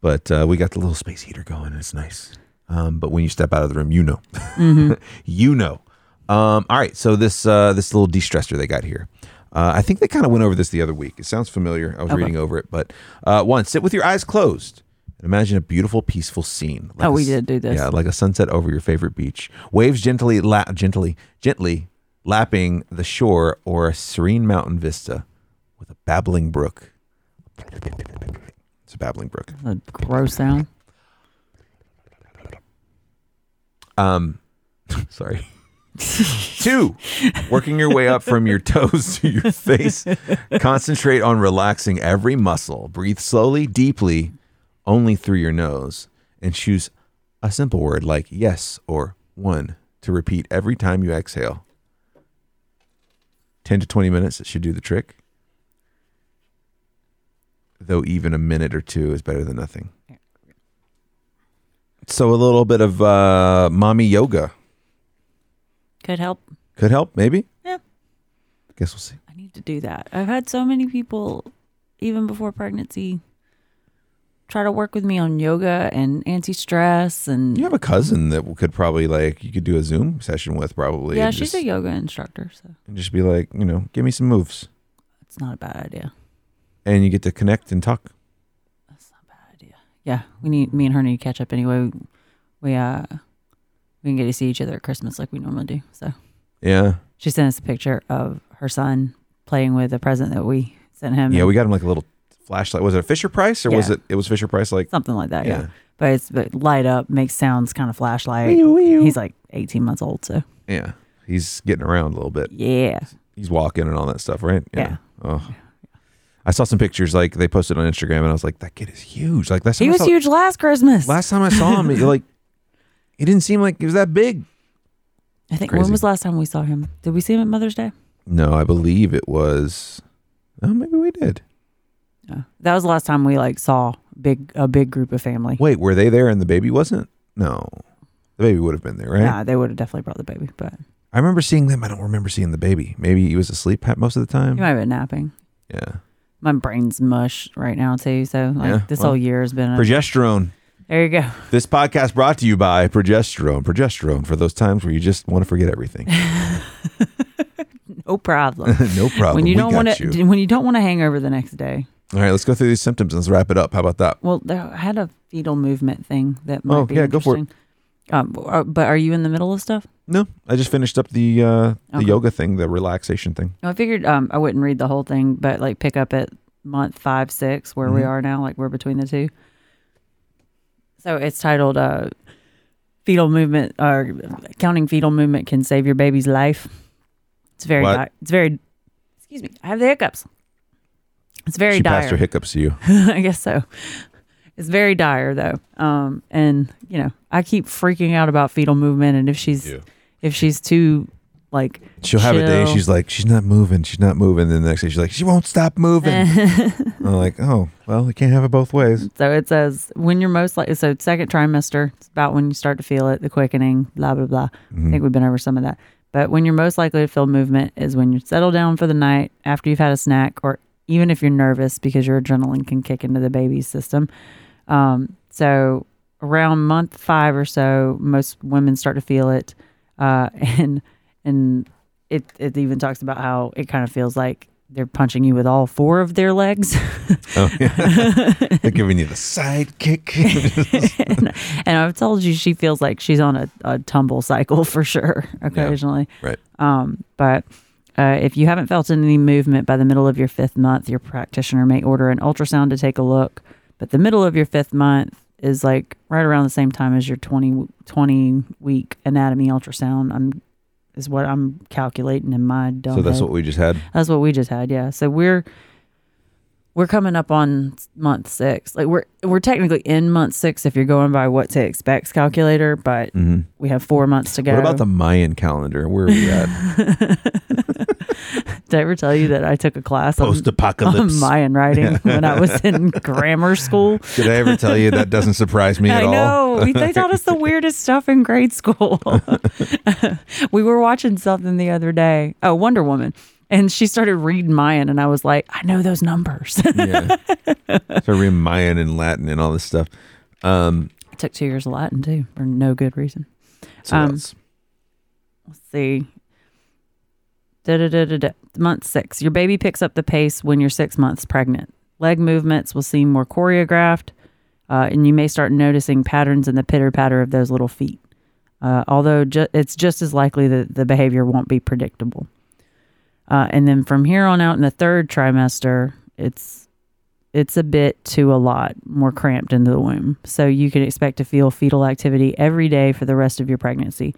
S1: but uh, we got the little space heater going. And it's nice. Um, but when you step out of the room, you know, you know. Um, all right, so this uh, this little de-stressor they got here. Uh, I think they kind of went over this the other week. It sounds familiar. I was reading over it, but uh, one, sit with your eyes closed and imagine a beautiful, peaceful scene. Like
S2: Oh,
S1: a
S2: we
S1: s-
S2: did do this.
S1: Yeah, like a sunset over your favorite beach. Waves gently, la- gently, gently lapping the shore, or a serene mountain vista with a babbling brook. It's a babbling brook.
S2: A gross sound.
S1: Um, sorry. Two, working your way up from your toes to your face. Concentrate on relaxing every muscle. Breathe slowly, deeply, only through your nose and choose a simple word like yes or one to repeat every time you exhale. 10 to 20 minutes it should do the trick. Though even a minute or two is better than nothing. So a little bit of uh, mommy yoga
S2: Could help.
S1: could help, maybe.
S2: Yeah.
S1: Guess we'll see.
S2: I need to do that. I've had so many people, even before pregnancy, try to work with me on yoga and anti stress. And
S1: You have a cousin that could probably like you could do a Zoom session with probably.
S2: yeah,
S1: and
S2: she's
S1: just,
S2: a yoga instructor. So
S1: and just be like, you know, give me some moves,
S2: it's not a bad idea.
S1: and you get to connect and talk.
S2: That's not a bad idea. Yeah, we need me and her need to catch up anyway. We uh we can get to see each other at Christmas like we normally do. So
S1: Yeah,
S2: she sent us a picture of her son playing with a present that we sent him.
S1: yeah. We got him like a little flashlight. Was it a Fisher Price or was
S2: Yeah.
S1: it? It was Fisher Price. Like
S2: something like that. Yeah.
S1: Yeah.
S2: But it's but light up, makes sounds kind of flashlight. He's like 18 months old, so
S1: yeah, he's getting around a little bit.
S2: yeah.
S1: He's walking and all that stuff, right?
S2: Yeah.
S1: Oh. I saw some pictures like they posted on Instagram, and I was like, that kid is huge. Like that's
S2: He was huge last Christmas.
S1: Last time I saw him, he, like he didn't seem like he was that big.
S2: I think
S1: Crazy.
S2: when was the last time we saw him? Did we see him at Mother's Day?
S1: No, I believe it was. Oh, maybe we did. Uh.
S2: No. That was the last time we like saw big a big group of family.
S1: Wait, were they there and the baby wasn't? No, the baby would have been there, right?
S2: Nah, they would have definitely brought the baby, but
S1: I remember seeing them. I don't remember seeing the baby. Maybe he was asleep ha- most of the
S2: he
S1: time.
S2: might have been napping.
S1: Yeah,
S2: My brain's mush right now too, so like
S1: Yeah,
S2: this
S1: well,
S2: whole year has been a,
S1: progesterone.
S2: there you go.
S1: This podcast brought to you by progesterone. Progesterone for those times where you just want to forget everything.
S2: No problem.
S1: no problem.
S2: when you
S1: we
S2: don't
S1: got
S2: want
S1: you.
S2: to when you don't want to hangover the next day.
S1: All right, let's go through these symptoms and let's wrap it up. How about that?
S2: Well, there, I had a fetal movement thing that might
S1: Oh,
S2: be
S1: yeah, go for it.
S2: interesting. Um, uh, but are you in the middle of stuff?
S1: No, I just finished up the uh, the
S2: Okay.
S1: yoga thing, the relaxation thing.
S2: No, I figured um, I wouldn't read the whole thing, but like pick up at month five, six, where we
S1: Mhm.
S2: are now, like we're between the two. So it's titled uh, "Fetal Movement" or "Counting Fetal Movement Can Save Your Baby's Life." It's very.
S1: What?
S2: Di- it's very. Excuse me. I have the hiccups. It's very
S1: she
S2: dire.
S1: passed her hiccups to you.
S2: I guess so. It's very dire though. Um, and you know, I keep freaking out about fetal movement and if she's
S1: Yeah.
S2: if she's too like
S1: She'll have a day.
S2: Chill.
S1: She's like, she's not moving. She's not moving. Then the next day, she's like, she won't stop moving.
S2: Eh.
S1: I'm like, oh, well, we can't have it both ways.
S2: so it says when you're most likely so second trimester, it's about when you start to feel it, the quickening, blah blah blah. I think we've been over some of that. But when you're most likely to feel movement is when you settle down for the night after you've had a snack or even if you're nervous because your adrenaline can kick into the baby's system. Um, so around month five or so, most women start to feel it, uh, and and it it even talks about how it kind of feels like they're punching you with all four of their legs,
S1: Oh, yeah. They're giving you the sidekick.
S2: and, and I've told you she feels like she's on a, a tumble cycle for sure occasionally.
S1: right.
S2: Um, but uh, if you haven't felt any movement by the middle of your fifth month, your practitioner may order an ultrasound to take a look. But the middle of your fifth month is like right around the same time as your 20, 20 week anatomy ultrasound. I'm is what I'm calculating in my dumb
S1: So that's
S2: head.
S1: what we just had.
S2: That's what we just had, yeah. So we're we're coming up on month six. Like we're we're technically in month six if you're going by what to expects calculator, but we have four months to go.
S1: Mm-hmm. What about the Mayan calendar? Where are we at?
S2: Did I ever tell you that I took a class on,
S1: Post
S2: on
S1: apocalypse.
S2: Mayan writing when I was in grammar school?
S1: Did I ever tell you that doesn't surprise me at
S2: I
S1: all?
S2: know. We- They taught us the weirdest stuff in grade school. we were watching something the other day. Oh, Wonder Woman. And she started reading Mayan, and I was like, I know those numbers.
S1: Yeah. So we're in Mayan and Latin and all this stuff. Um,
S2: I took two years of Latin too for no good reason.
S1: so
S2: Um,
S1: that's-
S2: Let's see. Da, da, da, da, da. Month six. Your baby picks up the pace when you're six months pregnant. Leg movements will seem more choreographed, uh, and you may start noticing patterns in the pitter patter of those little feet. Uh, although ju- it's just as likely that the behavior won't be predictable. Uh, and then from here on out in the third trimester, it's it's a bit to a lot more cramped into the womb. So you can expect to feel fetal activity every day for the rest of your pregnancy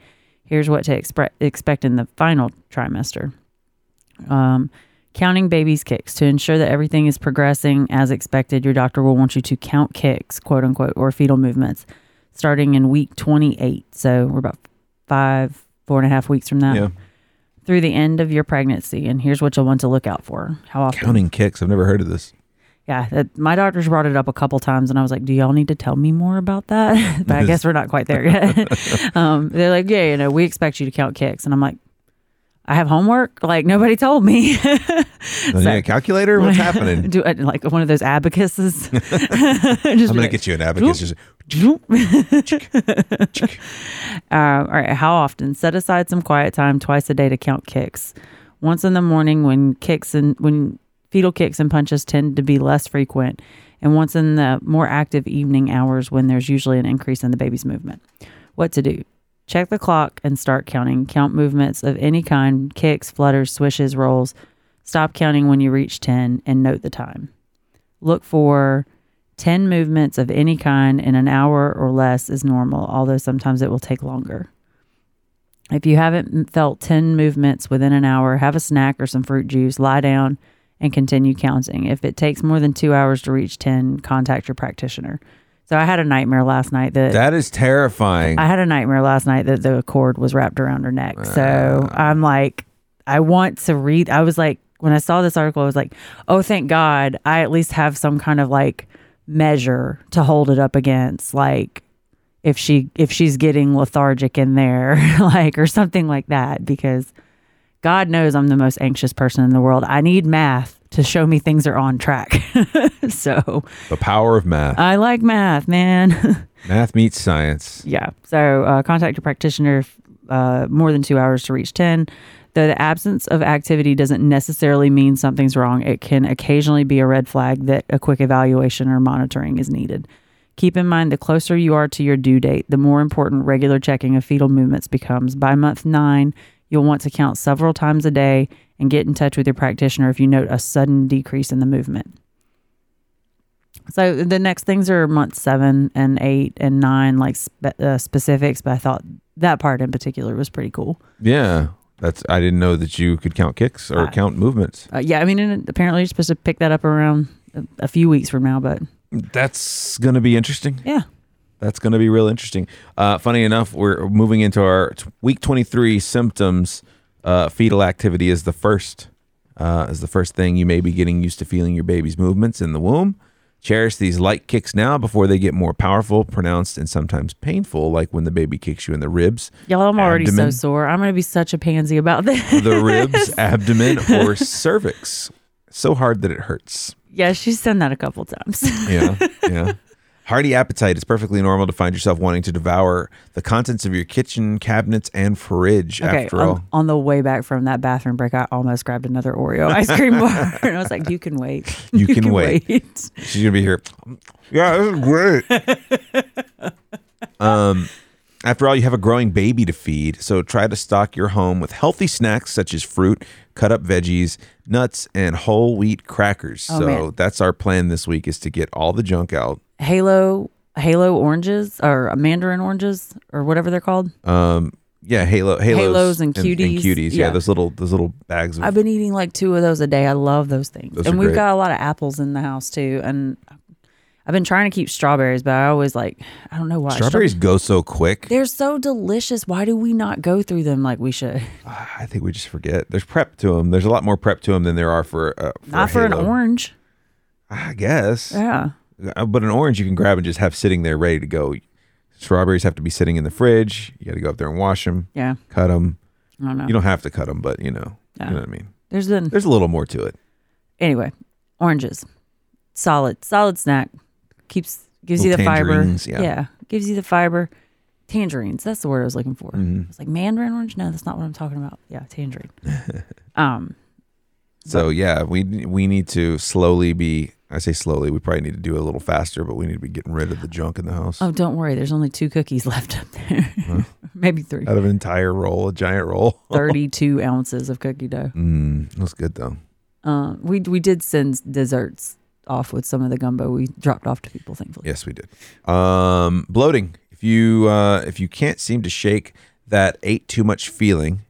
S2: here's what to expre- expect in the final trimester. Um, Counting baby's kicks to ensure that everything is progressing as expected. Your doctor will want you to count kicks, quote unquote, or fetal movements, starting in week 28. So we're about five, four and a half weeks from that.
S1: Yeah.
S2: Through the end of your pregnancy, and here's what you'll want to look out for. How often?
S1: Counting kicks. I've never heard of this.
S2: Yeah, that, my doctors brought it up a couple times, and I was like, "Do y'all need to tell me more about that?" but I guess we're not quite there yet. um, they're like, "Yeah, you know, we expect you to count kicks," and I'm like, "I have homework. Like nobody told me."
S1: Do I need a calculator? What's happening?
S2: Do uh, like one of those abacuses. Just
S1: I'm
S2: be
S1: gonna
S2: like,
S1: get you an abacus. Just,
S2: "Zoop." Um, all right. How often? Set aside some quiet time twice a day to count kicks. Once in the morning when kicks and when fetal kicks and punches tend to be less frequent, and once in the more active evening hours when there's usually an increase in the baby's movement. What to do? Check the clock and start counting. Count movements of any kind kicks, flutters, swishes, rolls. Stop counting when you reach 10 and note the time. Look for 10 movements of any kind in an hour or less is normal, although sometimes it will take longer. If you haven't m- felt 10 movements within an hour, have a snack or some fruit juice, lie down, and continue counting. If it takes more than two hours to reach 10, contact your practitioner. So I had a nightmare last night that.
S1: that is terrifying.
S2: I had a nightmare last night that the cord was wrapped around her neck. So I'm like, I want to read. I was like, when I saw this article, I was like, oh, thank God, I at least have some kind of like measure to hold it up against. Like, if she if she's getting lethargic in there, like or something like that, because God knows I'm the most anxious person in the world. I need math to show me things are on track. so
S1: the power of math.
S2: I like math, man.
S1: math meets science.
S2: Yeah. So uh, contact your practitioner if, uh, more than two hours to reach 10. Though the absence of activity doesn't necessarily mean something's wrong, it can occasionally be a red flag that a quick evaluation or monitoring is needed. Keep in mind the closer you are to your due date, the more important regular checking of fetal movements becomes. By month nine, you'll want to count several times a day and get in touch with your practitioner if you note a sudden decrease in the movement. So the next things are month seven and eight and nine, like spe- uh, specifics. But I thought that part in particular was pretty cool.
S1: Yeah. Ah. That's. I didn't know that you could count kicks or
S2: I-
S1: count movements.
S2: Uh, yeah, I mean, and apparently you're supposed to pick that up around a, a few weeks from now. But
S1: That's gonna be interesting.
S2: yeah,
S1: That's going to be real interesting. Uh, funny enough, we're moving into our t- week 23 symptoms. Uh, fetal activity is the first uh, is the first thing you may be getting used to feeling your baby's movements in the womb. Cherish these light kicks now before they get more powerful, pronounced, and sometimes painful, like when the baby kicks you in the ribs,
S2: y'all, I'm already
S1: Abdomen.
S2: so sore. I'm gonna be such a pansy about this.
S1: the ribs, abdomen, or cervix. So hard that it hurts.
S2: yeah, she's done that a couple times.
S1: Yeah, yeah. Hearty appetite is perfectly normal to find yourself wanting to devour the contents of your kitchen cabinets and fridge.
S2: okay, um,
S1: after all,
S2: on, on the way back from that bathroom break, I almost grabbed another Oreo ice cream bar, and I was like, "You can wait.
S1: You can wait."
S2: wait.
S1: she's gonna be here. Yeah, this is great. um, after all, you have a growing baby to feed, so try to stock your home with healthy snacks such as fruit, cut up veggies, nuts, and whole wheat crackers.
S2: Oh,
S1: so
S2: man.
S1: that's our plan this week: is to get all the junk out.
S2: Halo." Halo oranges or mandarin oranges or whatever they're called.
S1: Um, yeah, halo, halos,
S2: Halos and
S1: and
S2: cuties.
S1: cuties. Yeah.
S2: Yeah.
S1: those little, those little bags. Of,
S2: I've been eating like two of those a day. I love those things.
S1: Those are
S2: and we've
S1: great.
S2: got a lot of apples in the house too. And I've been trying to keep strawberries, but I always like, I don't know why.
S1: strawberries go so quick.
S2: Stra- They're so delicious. Why do we not go through them like we should?
S1: I think we just forget. There's prep to them. There's a lot more prep to them than there are for uh, for
S2: not
S1: a
S2: for an
S1: Halo.
S2: orange.
S1: I guess,
S2: Yeah.
S1: Uh, but an orange you can grab and just have sitting there ready to go. Strawberries have to be sitting in the fridge. You got to go up there and wash them,
S2: Yeah.
S1: cut them.
S2: I don't know.
S1: You don't have to cut them, but you know,
S2: Yeah.
S1: you know what I mean.
S2: There's been,
S1: There's a little more to it.
S2: anyway, oranges. Solid, solid snack. Keeps, gives you the
S1: Little
S2: fiber.
S1: tangerines, yeah.
S2: Gives you the fiber. Tangerines. That's the word I was looking for.
S1: Mhm.
S2: It's like mandarin orange. No, that's not what I'm talking about. Yeah. Tangerine. um,
S1: So yeah, we we need to slowly be. I say slowly. We probably need to do it a little faster, but we need to be getting rid of the junk in the house.
S2: Oh, don't worry. There's only two cookies left up there. Maybe three.
S1: Out of an entire roll, a giant roll.
S2: 32 ounces of cookie dough.
S1: Mm, that's good though.
S2: Um, we, we did send desserts off with some of the gumbo we dropped off to people, thankfully.
S1: Yes, we did. Um, bloating. If you uh, if you can't seem to shake that ate too much feeling,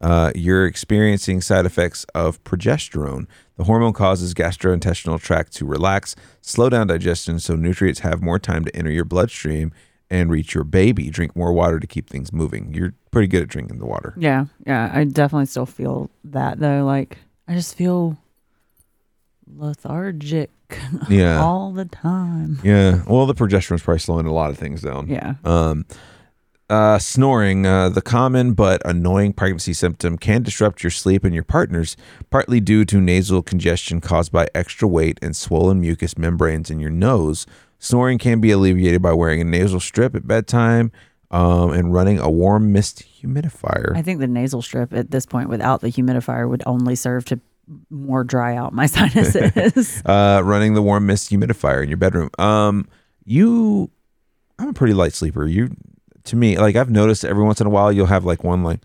S1: uh, you're experiencing side effects of progesterone. The hormone causes gastrointestinal tract to relax, slow down digestion, so nutrients have more time to enter your bloodstream and reach your baby. Drink more water to keep things moving. You're pretty good at drinking the water.
S2: Yeah, yeah. I definitely still feel that though. Like I just feel lethargic
S1: Yeah.
S2: all the time.
S1: Yeah. Well, the progesterone's probably slowing a lot of things down.
S2: Yeah.
S1: Um, uh, snoring, uh, the common but annoying pregnancy symptom, can disrupt your sleep and your partner's, partly due to nasal congestion caused by extra weight and swollen mucous membranes in your nose. Snoring can be alleviated by wearing a nasal strip at bedtime um, and running a warm mist humidifier.
S2: I think the nasal strip at this point without the humidifier would only serve to more dry out my sinuses.
S1: uh, running the warm mist humidifier in your bedroom. Um, you, I'm a pretty light sleeper. You, to me, like I've noticed every once in a while you'll have like one like,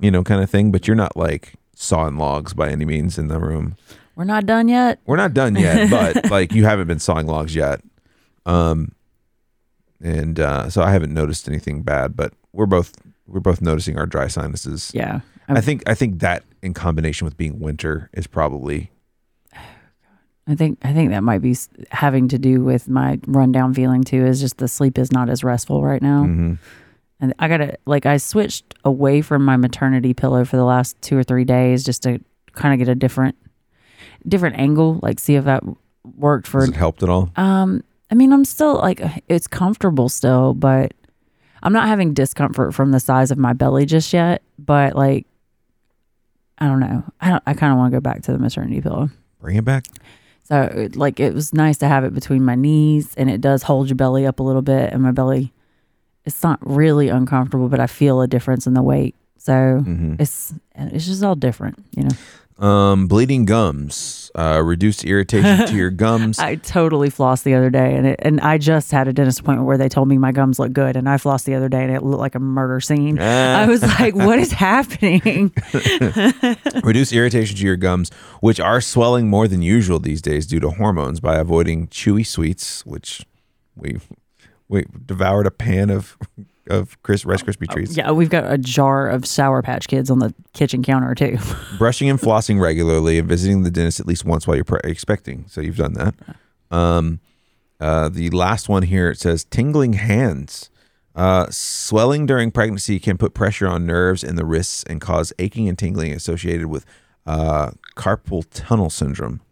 S1: you know, kind of thing, but you're not like sawing logs by any means in the room.
S2: We're not done yet.
S1: We're not done yet, but like you haven't been sawing logs yet. Um, and uh, so I haven't noticed anything bad, but we're both we're both noticing our dry sinuses.
S2: Yeah.
S1: I think I think that in combination with being winter is probably
S2: I think I think that might be s- having to do with my rundown feeling too. Is just the sleep is not as restful right now,
S1: Mhm.
S2: and I gotta like I switched away from my maternity pillow for the last two or three days just to kind of get a different different angle, like see if that worked for
S1: has it helped at all?
S2: um, I mean, I'm still like it's comfortable still, but I'm not having discomfort from the size of my belly just yet. But like, I don't know. I don't. I kind of want to go back to the maternity pillow.
S1: Bring it back.
S2: So it- like, it was nice to have it between my knees, and it does hold your belly up a little bit. And my belly, it's not really uncomfortable, but I feel a difference in the weight. So
S1: Mm-hmm.
S2: it's it's just all different, you know.
S1: Um, bleeding gums, uh, reduced irritation to your gums.
S2: I totally flossed the other day, and it, and I just had a dentist appointment where they told me my gums look good, and I flossed the other day, and it looked like a murder scene. I was like, "What is happening?"
S1: Reduce irritation to your gums, which are swelling more than usual these days due to hormones, by avoiding chewy sweets, which we we devoured a pan of of Chris Rice Krispie treats.
S2: yeah, we've got a jar of Sour Patch Kids on the kitchen counter too.
S1: Brushing and flossing regularly, and visiting the dentist at least once while you're pre- expecting. So you've done that. Um, uh, the last one here it says tingling hands. Uh, swelling during pregnancy can put pressure on nerves in the wrists and cause aching and tingling associated with uh, carpal tunnel syndrome.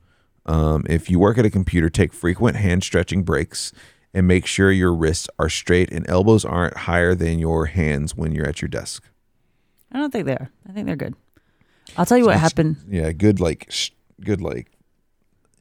S1: Um, if you work at a computer, take frequent hand stretching breaks and make sure your wrists are straight and elbows aren't higher than your hands when you're at your desk.
S2: I don't think they're. I think they're good. I'll tell you what happened.
S1: yeah good like sh- good like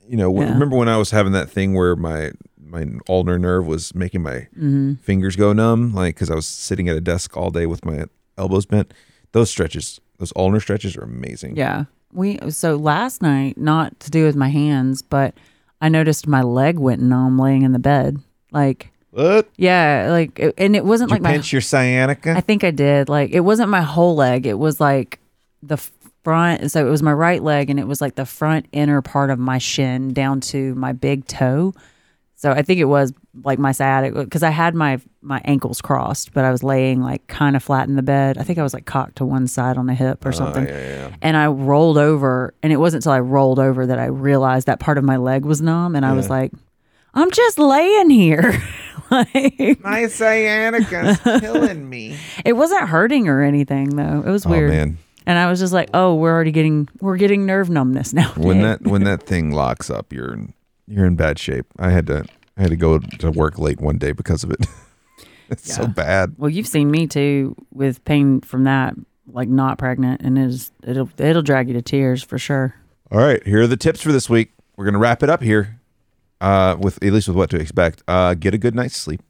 S1: you know w-
S2: Yeah.
S1: remember when i was having that thing where my my ulnar nerve was making my
S2: Mm-hmm.
S1: fingers go numb like because i was sitting at a desk all day with my elbows bent those stretches those ulnar stretches are amazing
S2: Yeah, we. So last night, not to do with my hands, but I noticed my leg went numb laying in the bed. Like,
S1: what
S2: yeah, like, it- and it wasn't
S1: Did
S2: like
S1: you
S2: my
S1: pinch your sciatica
S2: I think I did. Like it wasn't my whole leg. It was like the front. So it was my right leg, and it was like the front inner part of my shin down to my big toe. So I think it was like my sciatica because I had my my ankles crossed, but I was laying like kind of flat in the bed. I think I was like cocked to one side on the hip or
S1: Oh,
S2: something.
S1: yeah, yeah, yeah.
S2: And I rolled over, and it wasn't until I rolled over that I realized that part of my leg was numb, and I was like, "I'm just laying here." like,
S1: my sciatica's killing me
S2: it wasn't hurting or anything though. It was
S1: oh
S2: weird.
S1: man
S2: And I was just like, "Oh, we're already getting we're getting nerve numbness now."
S1: when that when that thing locks up you're in you're in bad shape i had to i had to go to work late one day because of it it's so
S2: Yeah.
S1: bad
S2: well, you've seen me too with pain from that, like not pregnant, and it's it'll it'll drag you to tears for sure.
S1: All right, here are the tips for this week. We're gonna wrap it up here, uh, with at least with what to expect. Uh, get a good night's sleep.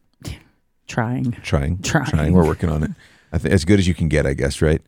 S2: Trying,
S1: Trying,
S2: Trying.
S1: We're working on it. I think as good as you can get, I guess. Right?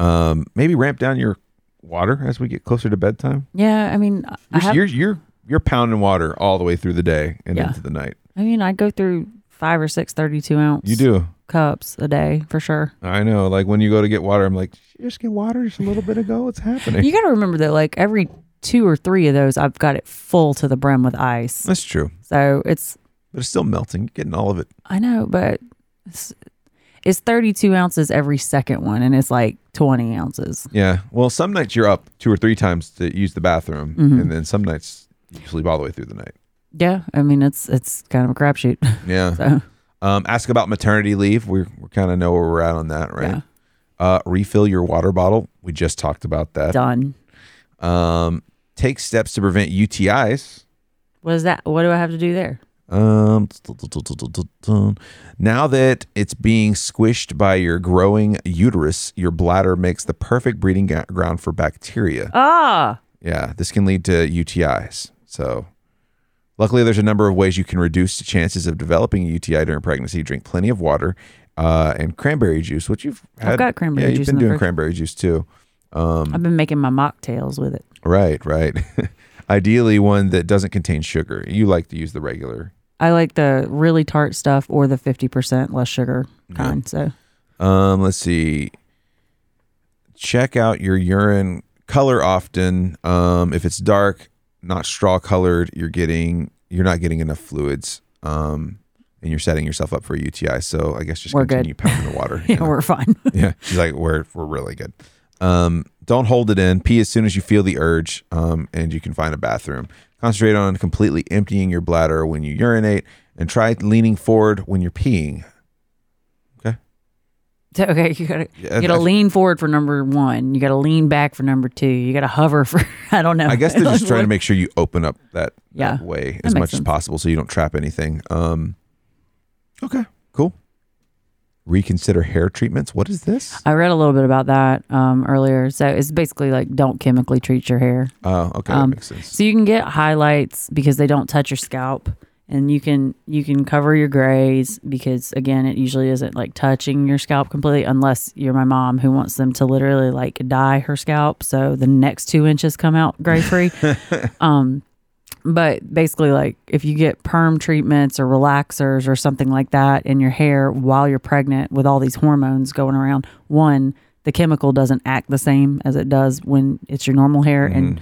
S1: Um, maybe ramp down your water as we get closer to bedtime.
S2: yeah. I mean, I- I
S1: You're
S2: have,
S1: you're, you're you're pounding water all the way through the day and
S2: Yeah.
S1: into the night.
S2: I mean, I go through five or six 32 ounce
S1: You do.
S2: cups a day for sure.
S1: I know. Like when you go to get water, I'm like, "Did you just get water just a little bit ago. What's happening?
S2: You got to remember that, like every two or three of those, I've got it full to the brim with ice.
S1: That's true,
S2: So it's
S1: but it's still melting. You're getting all of it.
S2: I know, but it's, It's 32 ounces every second one, and it's like 20 ounces.
S1: Yeah. Well, some nights you're up two or three times to use the bathroom,
S2: Mm-hmm.
S1: and then some nights you sleep all the way through the night.
S2: Yeah, I mean it's it's kind of a crapshoot.
S1: Yeah.
S2: So
S1: Um, ask about maternity leave. We we kind of know where we're at on that, right?
S2: Yeah.
S1: Uh, refill your water bottle. We just talked about that.
S2: done.
S1: Um, take steps to prevent UTIs.
S2: What is that? What do I have to do there?
S1: Um, now that it's being squished by your growing uterus, your bladder makes the perfect breeding ga- ground for bacteria.
S2: Ah,
S1: Yeah, this can lead to UTIs. So, luckily, there's a number of ways you can reduce the chances of developing a UTI during pregnancy. Drink plenty of water uh, and cranberry juice, which you've
S2: I've
S1: had.
S2: got cranberry
S1: yeah,
S2: juice
S1: You've been
S2: in the
S1: doing
S2: fridge.
S1: cranberry juice too.
S2: I've been making my mocktails with it.
S1: Right, right. Ideally, one that doesn't contain sugar. You like to use the regular.
S2: I like the really tart stuff or the 50% less sugar kind. So
S1: Um, let's see. Check out your urine color often. Um, if it's dark, not straw colored, you're getting you're not getting enough fluids. Um, and you're setting yourself up for a UTI. So I guess just
S2: We're good.
S1: continue pounding the water.
S2: yeah, we're fine.
S1: yeah. She's like, we're we're really good. Um, don't hold it in. Pee as soon as you feel the urge, um, and you can find a bathroom. Concentrate on completely emptying your bladder when you urinate, and try leaning forward when you're peeing.
S2: okay, you gotta
S1: Yeah,
S2: you gotta
S1: I-
S2: lean forward for number one. You gotta lean back for number two. You gotta hover for I don't know.
S1: I guess they're just trying to make sure you open up that, that
S2: Yeah,
S1: way
S2: that
S1: as
S2: makes
S1: much as
S2: sense.
S1: possible so you don't trap anything. Um, okay, cool. Reconsider hair treatments. What is this?
S2: I read a little bit about that um, earlier. So it's basically like don't chemically treat your hair.
S1: Oh, okay, that
S2: Um,
S1: makes sense.
S2: So you can get highlights because they don't touch your scalp, and you can you can cover your grays because again, it usually isn't like touching your scalp completely unless you're my mom who wants them to literally like dye her scalp so the next two inches come out gray free. um, but basically, like if you get perm treatments or relaxers or something like that in your hair while you're pregnant with all these hormones going around, one. The chemical doesn't act the same as it does when it's your normal hair, and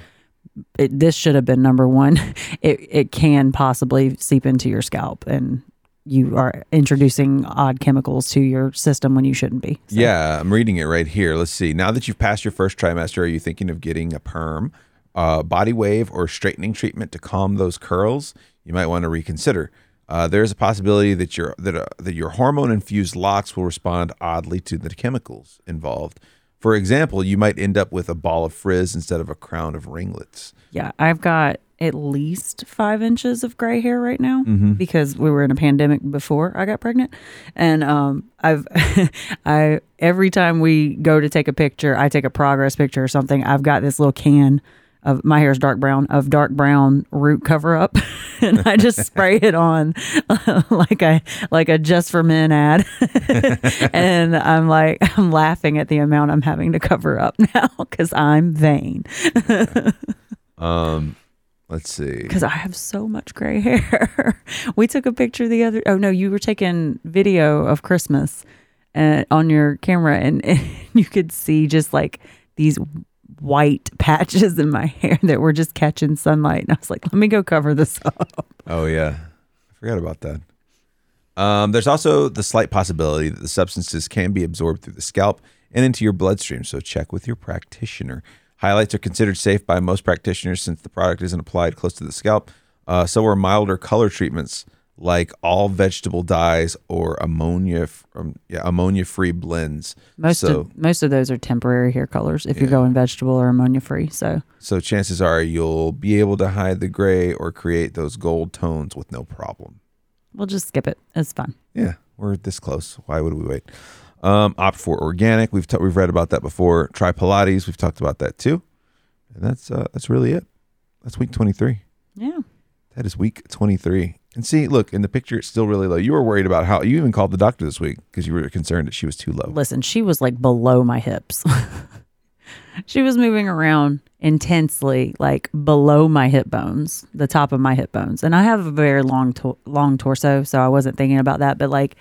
S2: it, this should have been number one. It it can possibly seep into your scalp, and you are introducing odd chemicals to your system when you shouldn't be. So-
S1: Yeah, I'm reading it right here. Let's see. Now that you've passed your first trimester, are you thinking of getting a perm, uh, body wave, or straightening treatment to calm those curls? You might want to reconsider. Uh, there is a possibility that your that, uh, that your hormone infused locks will respond oddly to the chemicals involved. For example, you might end up with a ball of frizz instead of a crown of ringlets.
S2: yeah. I've got at least five inches of gray hair right now because we were in a pandemic before I got pregnant, and um, I've I every time we go to take a picture, I take a progress picture or something. I've got this little can. Of my hair's dark brown, of dark brown root cover up, and I just spray it on like a like a just for men ad, and I'm like I'm laughing at the amount I'm having to cover up now because I'm vain.
S1: Um, let's see.
S2: because I have so much gray hair. we took a picture the other. Oh no, you were taking video of Christmas uh, on your camera, and, and you could see just like these white patches in my hair that were just catching sunlight. And I was like, let me go cover this up.
S1: Oh yeah, I forgot about that. Um, there's also the slight possibility that the substances can be absorbed through the scalp and into your bloodstream, so check with your practitioner. Highlights are considered safe by most practitioners since the product isn't applied close to the scalp. Uh, so are milder color treatments like all vegetable dyes or ammonia, um, yeah, ammonia-free blends.
S2: Most
S1: so,
S2: of most of those are temporary hair colors if you're going vegetable or ammonia free. So
S1: so chances are you'll be able to hide the gray or create those gold tones with no problem.
S2: we'll just skip it. It's fun.
S1: Yeah, we're this close. Why would we wait? Um, opt for organic. We've ta we've read about that before. Try Pilates. We've talked about that too. And that's uh, that's really it. That's week twenty three.
S2: Yeah.
S1: That is week twenty three. And see, look in the picture, it's still really low. You were worried about how you even called the doctor this week because you were concerned that she was too low.
S2: Listen, she was like below my hips. she was moving around intensely, like below my hip bones, the top of my hip bones. And I have a very long, to- long torso, so I wasn't thinking about that. But like,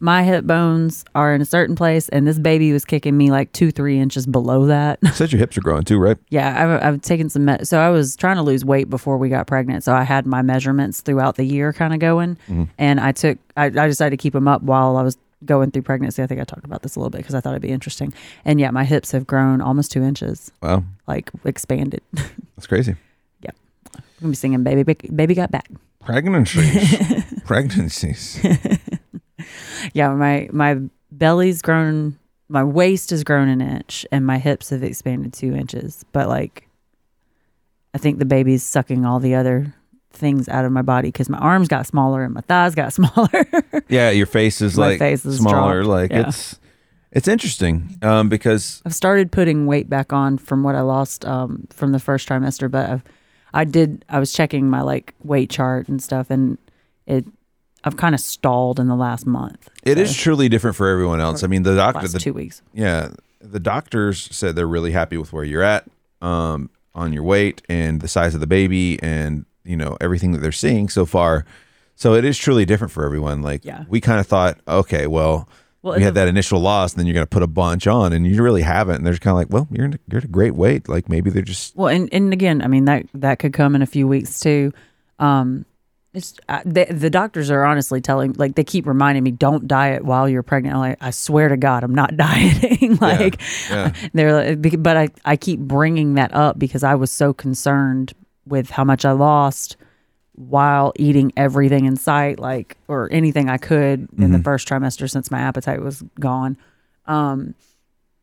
S2: my hip bones are in a certain place, and this baby was kicking me like two, three inches below that.
S1: Said your hips are growing too, right?
S2: Yeah, I've, I've taken some. Me- so I was trying to lose weight before we got pregnant. So I had my measurements throughout the year kind of going. And I took, I, I decided to keep them up while I was going through pregnancy. I think I talked about this a little bit because I thought it'd be interesting. And yeah, my hips have grown almost two inches,
S1: Wow,
S2: like expanded.
S1: that's crazy.
S2: I'm gonna be singing "Baby, Baby- Baby Got Back."
S1: Pregnancies, pregnancies.
S2: Yeah, my my belly's grown, my waist has grown an inch, and my hips have expanded two inches. But like, I think the baby's sucking all the other things out of my body because my arms got smaller and my thighs got smaller.
S1: Yeah, your face is
S2: My
S1: like
S2: face is
S1: smaller.
S2: dropped,
S1: Like
S2: yeah.
S1: it's it's interesting um, because
S2: I've started putting weight back on from what I lost um, from the first trimester, but I've, I did. I was checking my like weight chart and stuff, and it. I've kind of stalled in the last month.
S1: it
S2: So,
S1: is truly different for everyone else. I mean, the doctor,
S2: last
S1: the
S2: two weeks.
S1: yeah, the doctors said they're really happy with where you're at um, on your weight and the size of the baby and you know everything that they're seeing so far. So it is truly different for everyone. Like
S2: Yeah.
S1: we kind of thought, okay, well,
S2: Well,
S1: we
S2: and
S1: had that initial loss, and then you're going to put a bunch on, and you really haven't. And they're just kind of like, well, you're in, you're at a great weight. Like maybe they're just
S2: Well, and, and again, I mean that that could come in a few weeks too. Um, it's I, the, the doctors are honestly telling, like they keep reminding me, don't diet while you're pregnant. I'm like I swear to God, I'm not dieting. like
S1: yeah.
S2: they're, like, bec- but I I keep bringing that up because I was so concerned with how much I lost while eating everything in sight, like or anything I could in the first trimester since my appetite was gone. Um,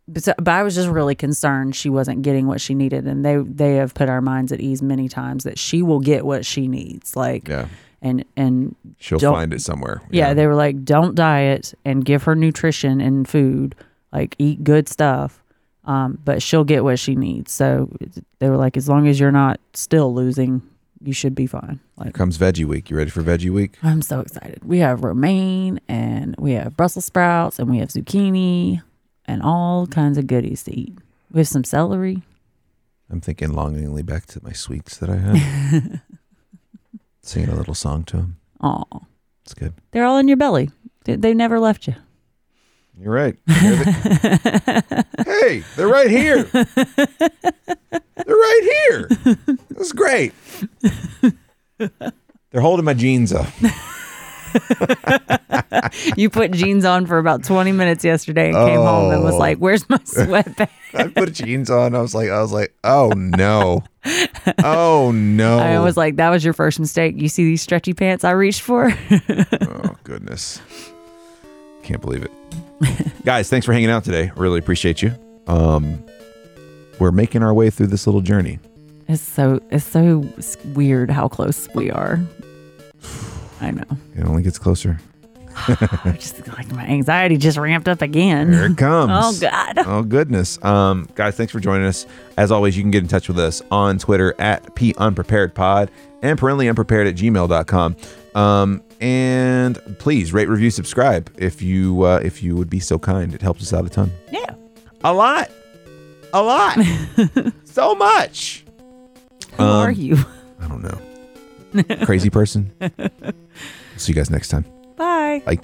S2: but, so, but I was just really concerned she wasn't getting what she needed, and they they have put our minds at ease many times that she will get what she needs, like
S1: yeah,
S2: and and
S1: she'll
S2: Don't-
S1: find it somewhere.
S2: yeah, they were like, don't diet and give her nutrition and food, like eat good stuff, um, but she'll get what she needs. So they were like, as long as you're not still losing, you should be fine.
S1: Here
S2: Like
S1: comes veggie week. You ready for veggie week?
S2: I'm so excited. We have romaine and we have Brussels sprouts and we have zucchini and all kinds of goodies to eat. We have some celery.
S1: I'm thinking longingly back to my sweets that I had. Singing a little song to him.
S2: Aw,
S1: It's good.
S2: they're all in your belly. They, they never left you.
S1: You're right. They're the- hey, they're right here. They're right here. That's great. They're holding my jeans up.
S2: you put jeans on for about 20 minutes yesterday and came home and was
S1: Oh.
S2: like, where's my sweatband?
S1: I put jeans on. I was like, I was like, oh no, oh no.
S2: I was like, that was your first mistake. You see these stretchy pants I reached for?
S1: oh goodness, can't believe it, guys. Thanks for hanging out today. Really appreciate you. Um, we're making our way through this little journey.
S2: it's so it's so s- weird how close we are. I know.
S1: It only gets closer.
S2: I just like my anxiety just ramped up again.
S1: Here it comes.
S2: Oh God.
S1: Oh goodness. Um, guys, thanks for joining us. As always, you can get in touch with us on Twitter at P Pod and parentally E unprepared at gmail.com. Um, and please rate, review, subscribe if you uh, if you would be so kind. It helps us out a ton.
S2: Yeah.
S1: A lot. A lot. so much.
S2: Who
S1: Um,
S2: are you?
S1: I don't know. Crazy person. See you guys next time.
S2: Bye.